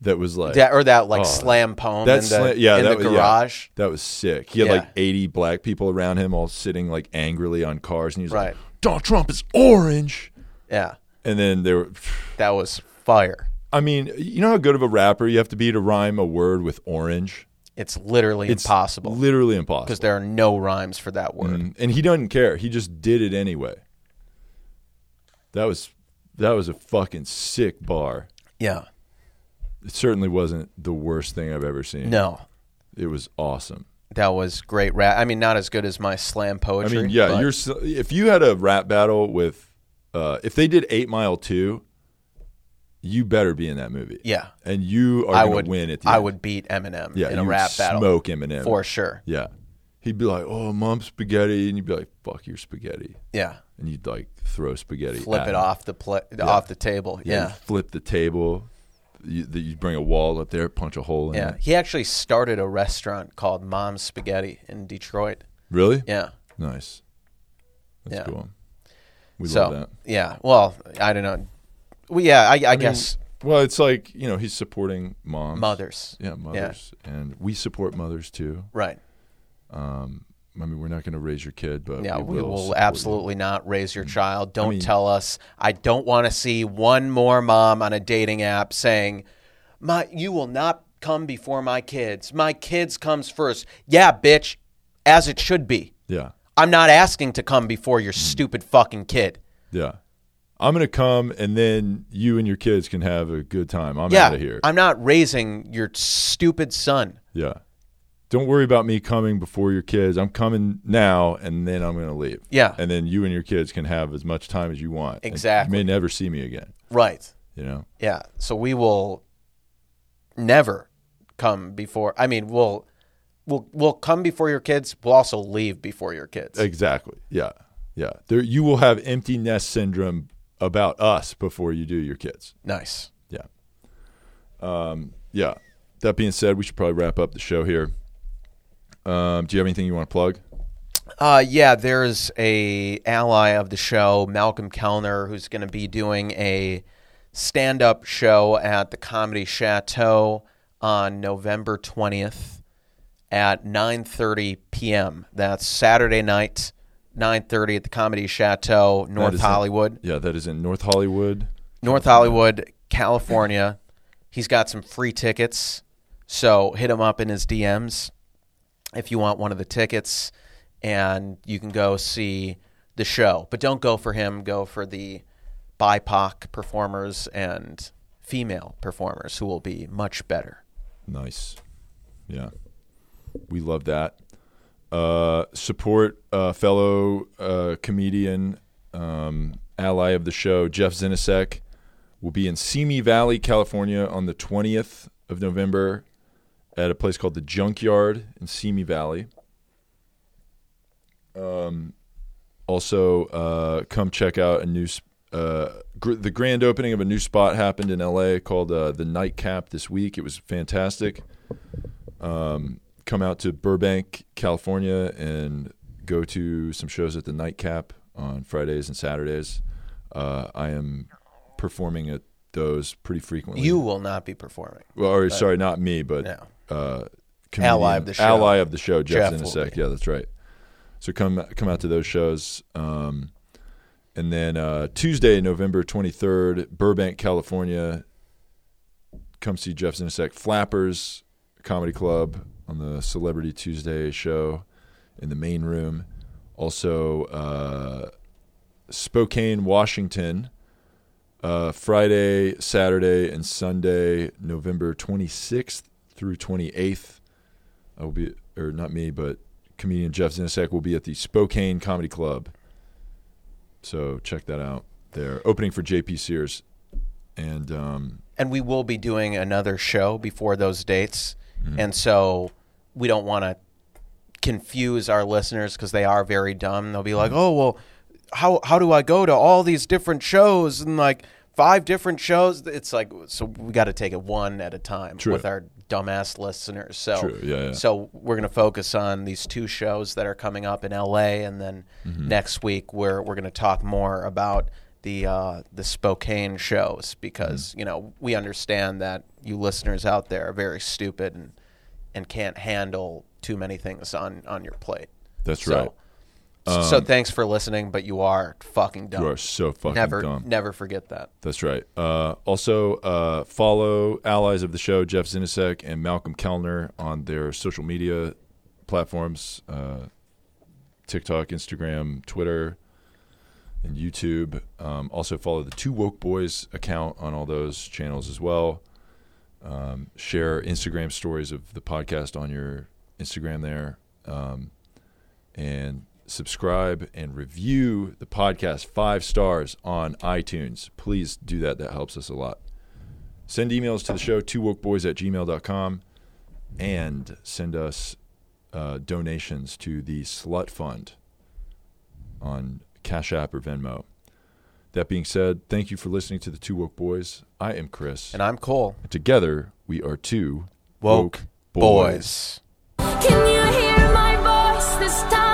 S1: that was like
S2: that or that like
S1: Oh,
S2: slam poem
S1: That
S2: in the,
S1: slam- yeah,
S2: in
S1: that
S2: the
S1: was, yeah.
S2: garage.
S1: that was sick. He had
S2: Yeah.
S1: like 80 black people around him all sitting like angrily on cars and he was
S2: Right.
S1: like, Donald Trump is orange.
S2: Yeah.
S1: And then they were,
S2: that was fire.
S1: I mean, you know how good of a rapper you have to be to rhyme a word with orange?
S2: It's literally
S1: It's
S2: impossible
S1: Literally
S2: because
S1: impossible.
S2: there are no rhymes for that word.
S1: And, and he doesn't care. He just did it anyway. That was that was a fucking sick bar.
S2: Yeah.
S1: It certainly wasn't the worst thing I've ever seen.
S2: No.
S1: It was awesome.
S2: That was great rap. I mean, not as good as my slam
S1: I
S2: poetry.
S1: mean, yeah,
S2: but-
S1: you're s- if you had a rap battle with uh, if they did Eight Mile Two you better be in that movie.
S2: Yeah.
S1: and you are
S2: I
S1: going
S2: would
S1: to win at the
S2: I
S1: end.
S2: would beat Eminem
S1: Yeah,
S2: in
S1: you
S2: a
S1: would
S2: rap battle.
S1: Smoke Eminem
S2: for sure.
S1: Yeah, he'd be like, "Oh, mom, spaghetti," and you'd be like, "Fuck your spaghetti,"
S2: Yeah,
S1: and you'd like throw spaghetti,
S2: flip
S1: at
S2: it
S1: him.
S2: off the pla off the table.
S1: Yeah,
S2: Yeah,
S1: you'd flip the table. You, that you bring a wall up there, punch a hole in
S2: yeah.
S1: it.
S2: He actually started a restaurant called Mom's Spaghetti in Detroit.
S1: Really?
S2: Yeah.
S1: Nice. That's
S2: Yeah.
S1: cool. We
S2: so
S1: love that.
S2: yeah, well, I don't know. Well, yeah, I, I, guess
S1: Well, it's like you know he's supporting moms,
S2: mothers.
S1: yeah, mothers, and we support mothers too.
S2: Right.
S1: I mean, we're not going to raise your kid, but
S2: Yeah,
S1: we
S2: we
S1: will
S2: will
S1: support you. Mm.
S2: absolutely not raise your child. Don't
S1: mean-
S2: tell us. I don't want to see one more mom on a dating app saying, "My, you will not come before my kids. My kids comes first. Yeah, bitch, as it should be.
S1: Yeah, Mm.
S2: I'm not asking to come before your stupid fucking kid.
S1: yeah. I'm going to come, and then you and your kids can have a good time. I'm
S2: yeah,
S1: out of here.
S2: I'm not raising your stupid son.
S1: yeah. Don't worry about me coming before your kids. I'm coming now, and then I'm going to leave.
S2: Yeah.
S1: And then you and your kids can have as much time as you want. And
S2: Exactly.
S1: You may never see me again.
S2: Right.
S1: You know.
S2: Yeah. So we will never come before. I mean, we'll we'll we'll come before your kids. We'll also leave before your kids.
S1: Exactly. Yeah. Yeah. There, you will have empty nest syndrome about us before you do your kids.
S2: nice.
S1: Yeah. Um, yeah. That being said, we should probably wrap up the show here. Um, do you have anything you want to plug?
S2: Uh, yeah, there's a ally of the show, Malcolm Kellner, who's going to be doing a stand-up show at the Comedy Chateau on November 20th at 9:30 p.m. That's Saturday night, 9:30 at the Comedy Chateau,
S1: That
S2: North
S1: is in-
S2: Hollywood.
S1: yeah, that is in North Hollywood.
S2: North Hollywood, California. He's got some free tickets, so hit him up in his DMs if you want one of the tickets, and you can go see the show. But don't go for him; go for the BIPOC performers and female performers, who will be much better.
S1: Nice. Yeah. We love that. Uh, support uh, fellow uh, comedian, um, ally of the show, Jeff Zinasek, will be in Simi Valley, California on the 20th of November at a place called The Junkyard in Simi Valley. Um, also, uh, come check out a new. s- Uh, gr- the grand opening of a new spot happened in LA called uh, the Nightcap this week. It was fantastic Um, come out to Burbank, California, and go to some shows at the Nightcap on Fridays and Saturdays. Uh, I am performing at those pretty frequently.
S2: You will not be performing.
S1: well, or, sorry, not me, but
S2: No.
S1: uh,
S2: Ally
S1: comedian-
S2: of the show.
S1: ally of the show, Jeff,
S2: Jeff will
S1: Zinasek.
S2: be.
S1: Yeah, that's right. So come come out to those shows. Um, and then uh, Tuesday, November 23rd, Burbank, California. Come see Jeff Zinasek. Flappers Comedy Club on the Celebrity Tuesday show in the main room. Also, uh, Spokane, Washington, uh, Friday, Saturday, and Sunday, November 26th through 28th. I will be, or not me, but comedian Jeff Zinasek will be at the Spokane Comedy Club. So check that out. They're opening for JP Sears. And um,
S2: and we will be doing another show before those dates
S1: Mm-hmm.
S2: and so we don't want to confuse our listeners because they are very dumb they'll be like
S1: Mm-hmm.
S2: oh well how how do i go to all these different shows and like five different shows it's like so we got to take it one at a time
S1: True.
S2: with our dumbass listeners so
S1: True, yeah, yeah.
S2: so we're going to focus on these two shows that are coming up in la and then
S1: Mm-hmm.
S2: next week we're we're going to talk more about the uh, the Spokane shows because
S1: Mm-hmm.
S2: you know we understand that you listeners out there are very stupid and and can't handle too many things on on your plate.
S1: that's
S2: So-
S1: right. Um,
S2: S- so thanks for listening, but you are fucking dumb.
S1: You are so fucking
S2: never
S1: dumb.
S2: never forget that.
S1: That's right. Uh, also, uh, follow allies of the show, Jeff Zinasek and Malcolm Kellner, on their social media platforms uh, TikTok, Instagram, Twitter, and YouTube. Um, also, follow the Two Woke Boys account on all those channels as well. Um, share Instagram stories of the podcast on your Instagram there. Um, and subscribe and review the podcast five stars on iTunes. Please do that. That helps us a lot. Um, Send emails to the show, two wokeboys at gmail.com, and send us uh, donations to the Slut Fund on Cash App or Venmo. That being said, thank you for listening to the Two Woke Boys. I am Chris.
S2: And I'm Cole.
S1: Together, we are two
S2: Woke, boys.
S10: Can you hear my voice this time?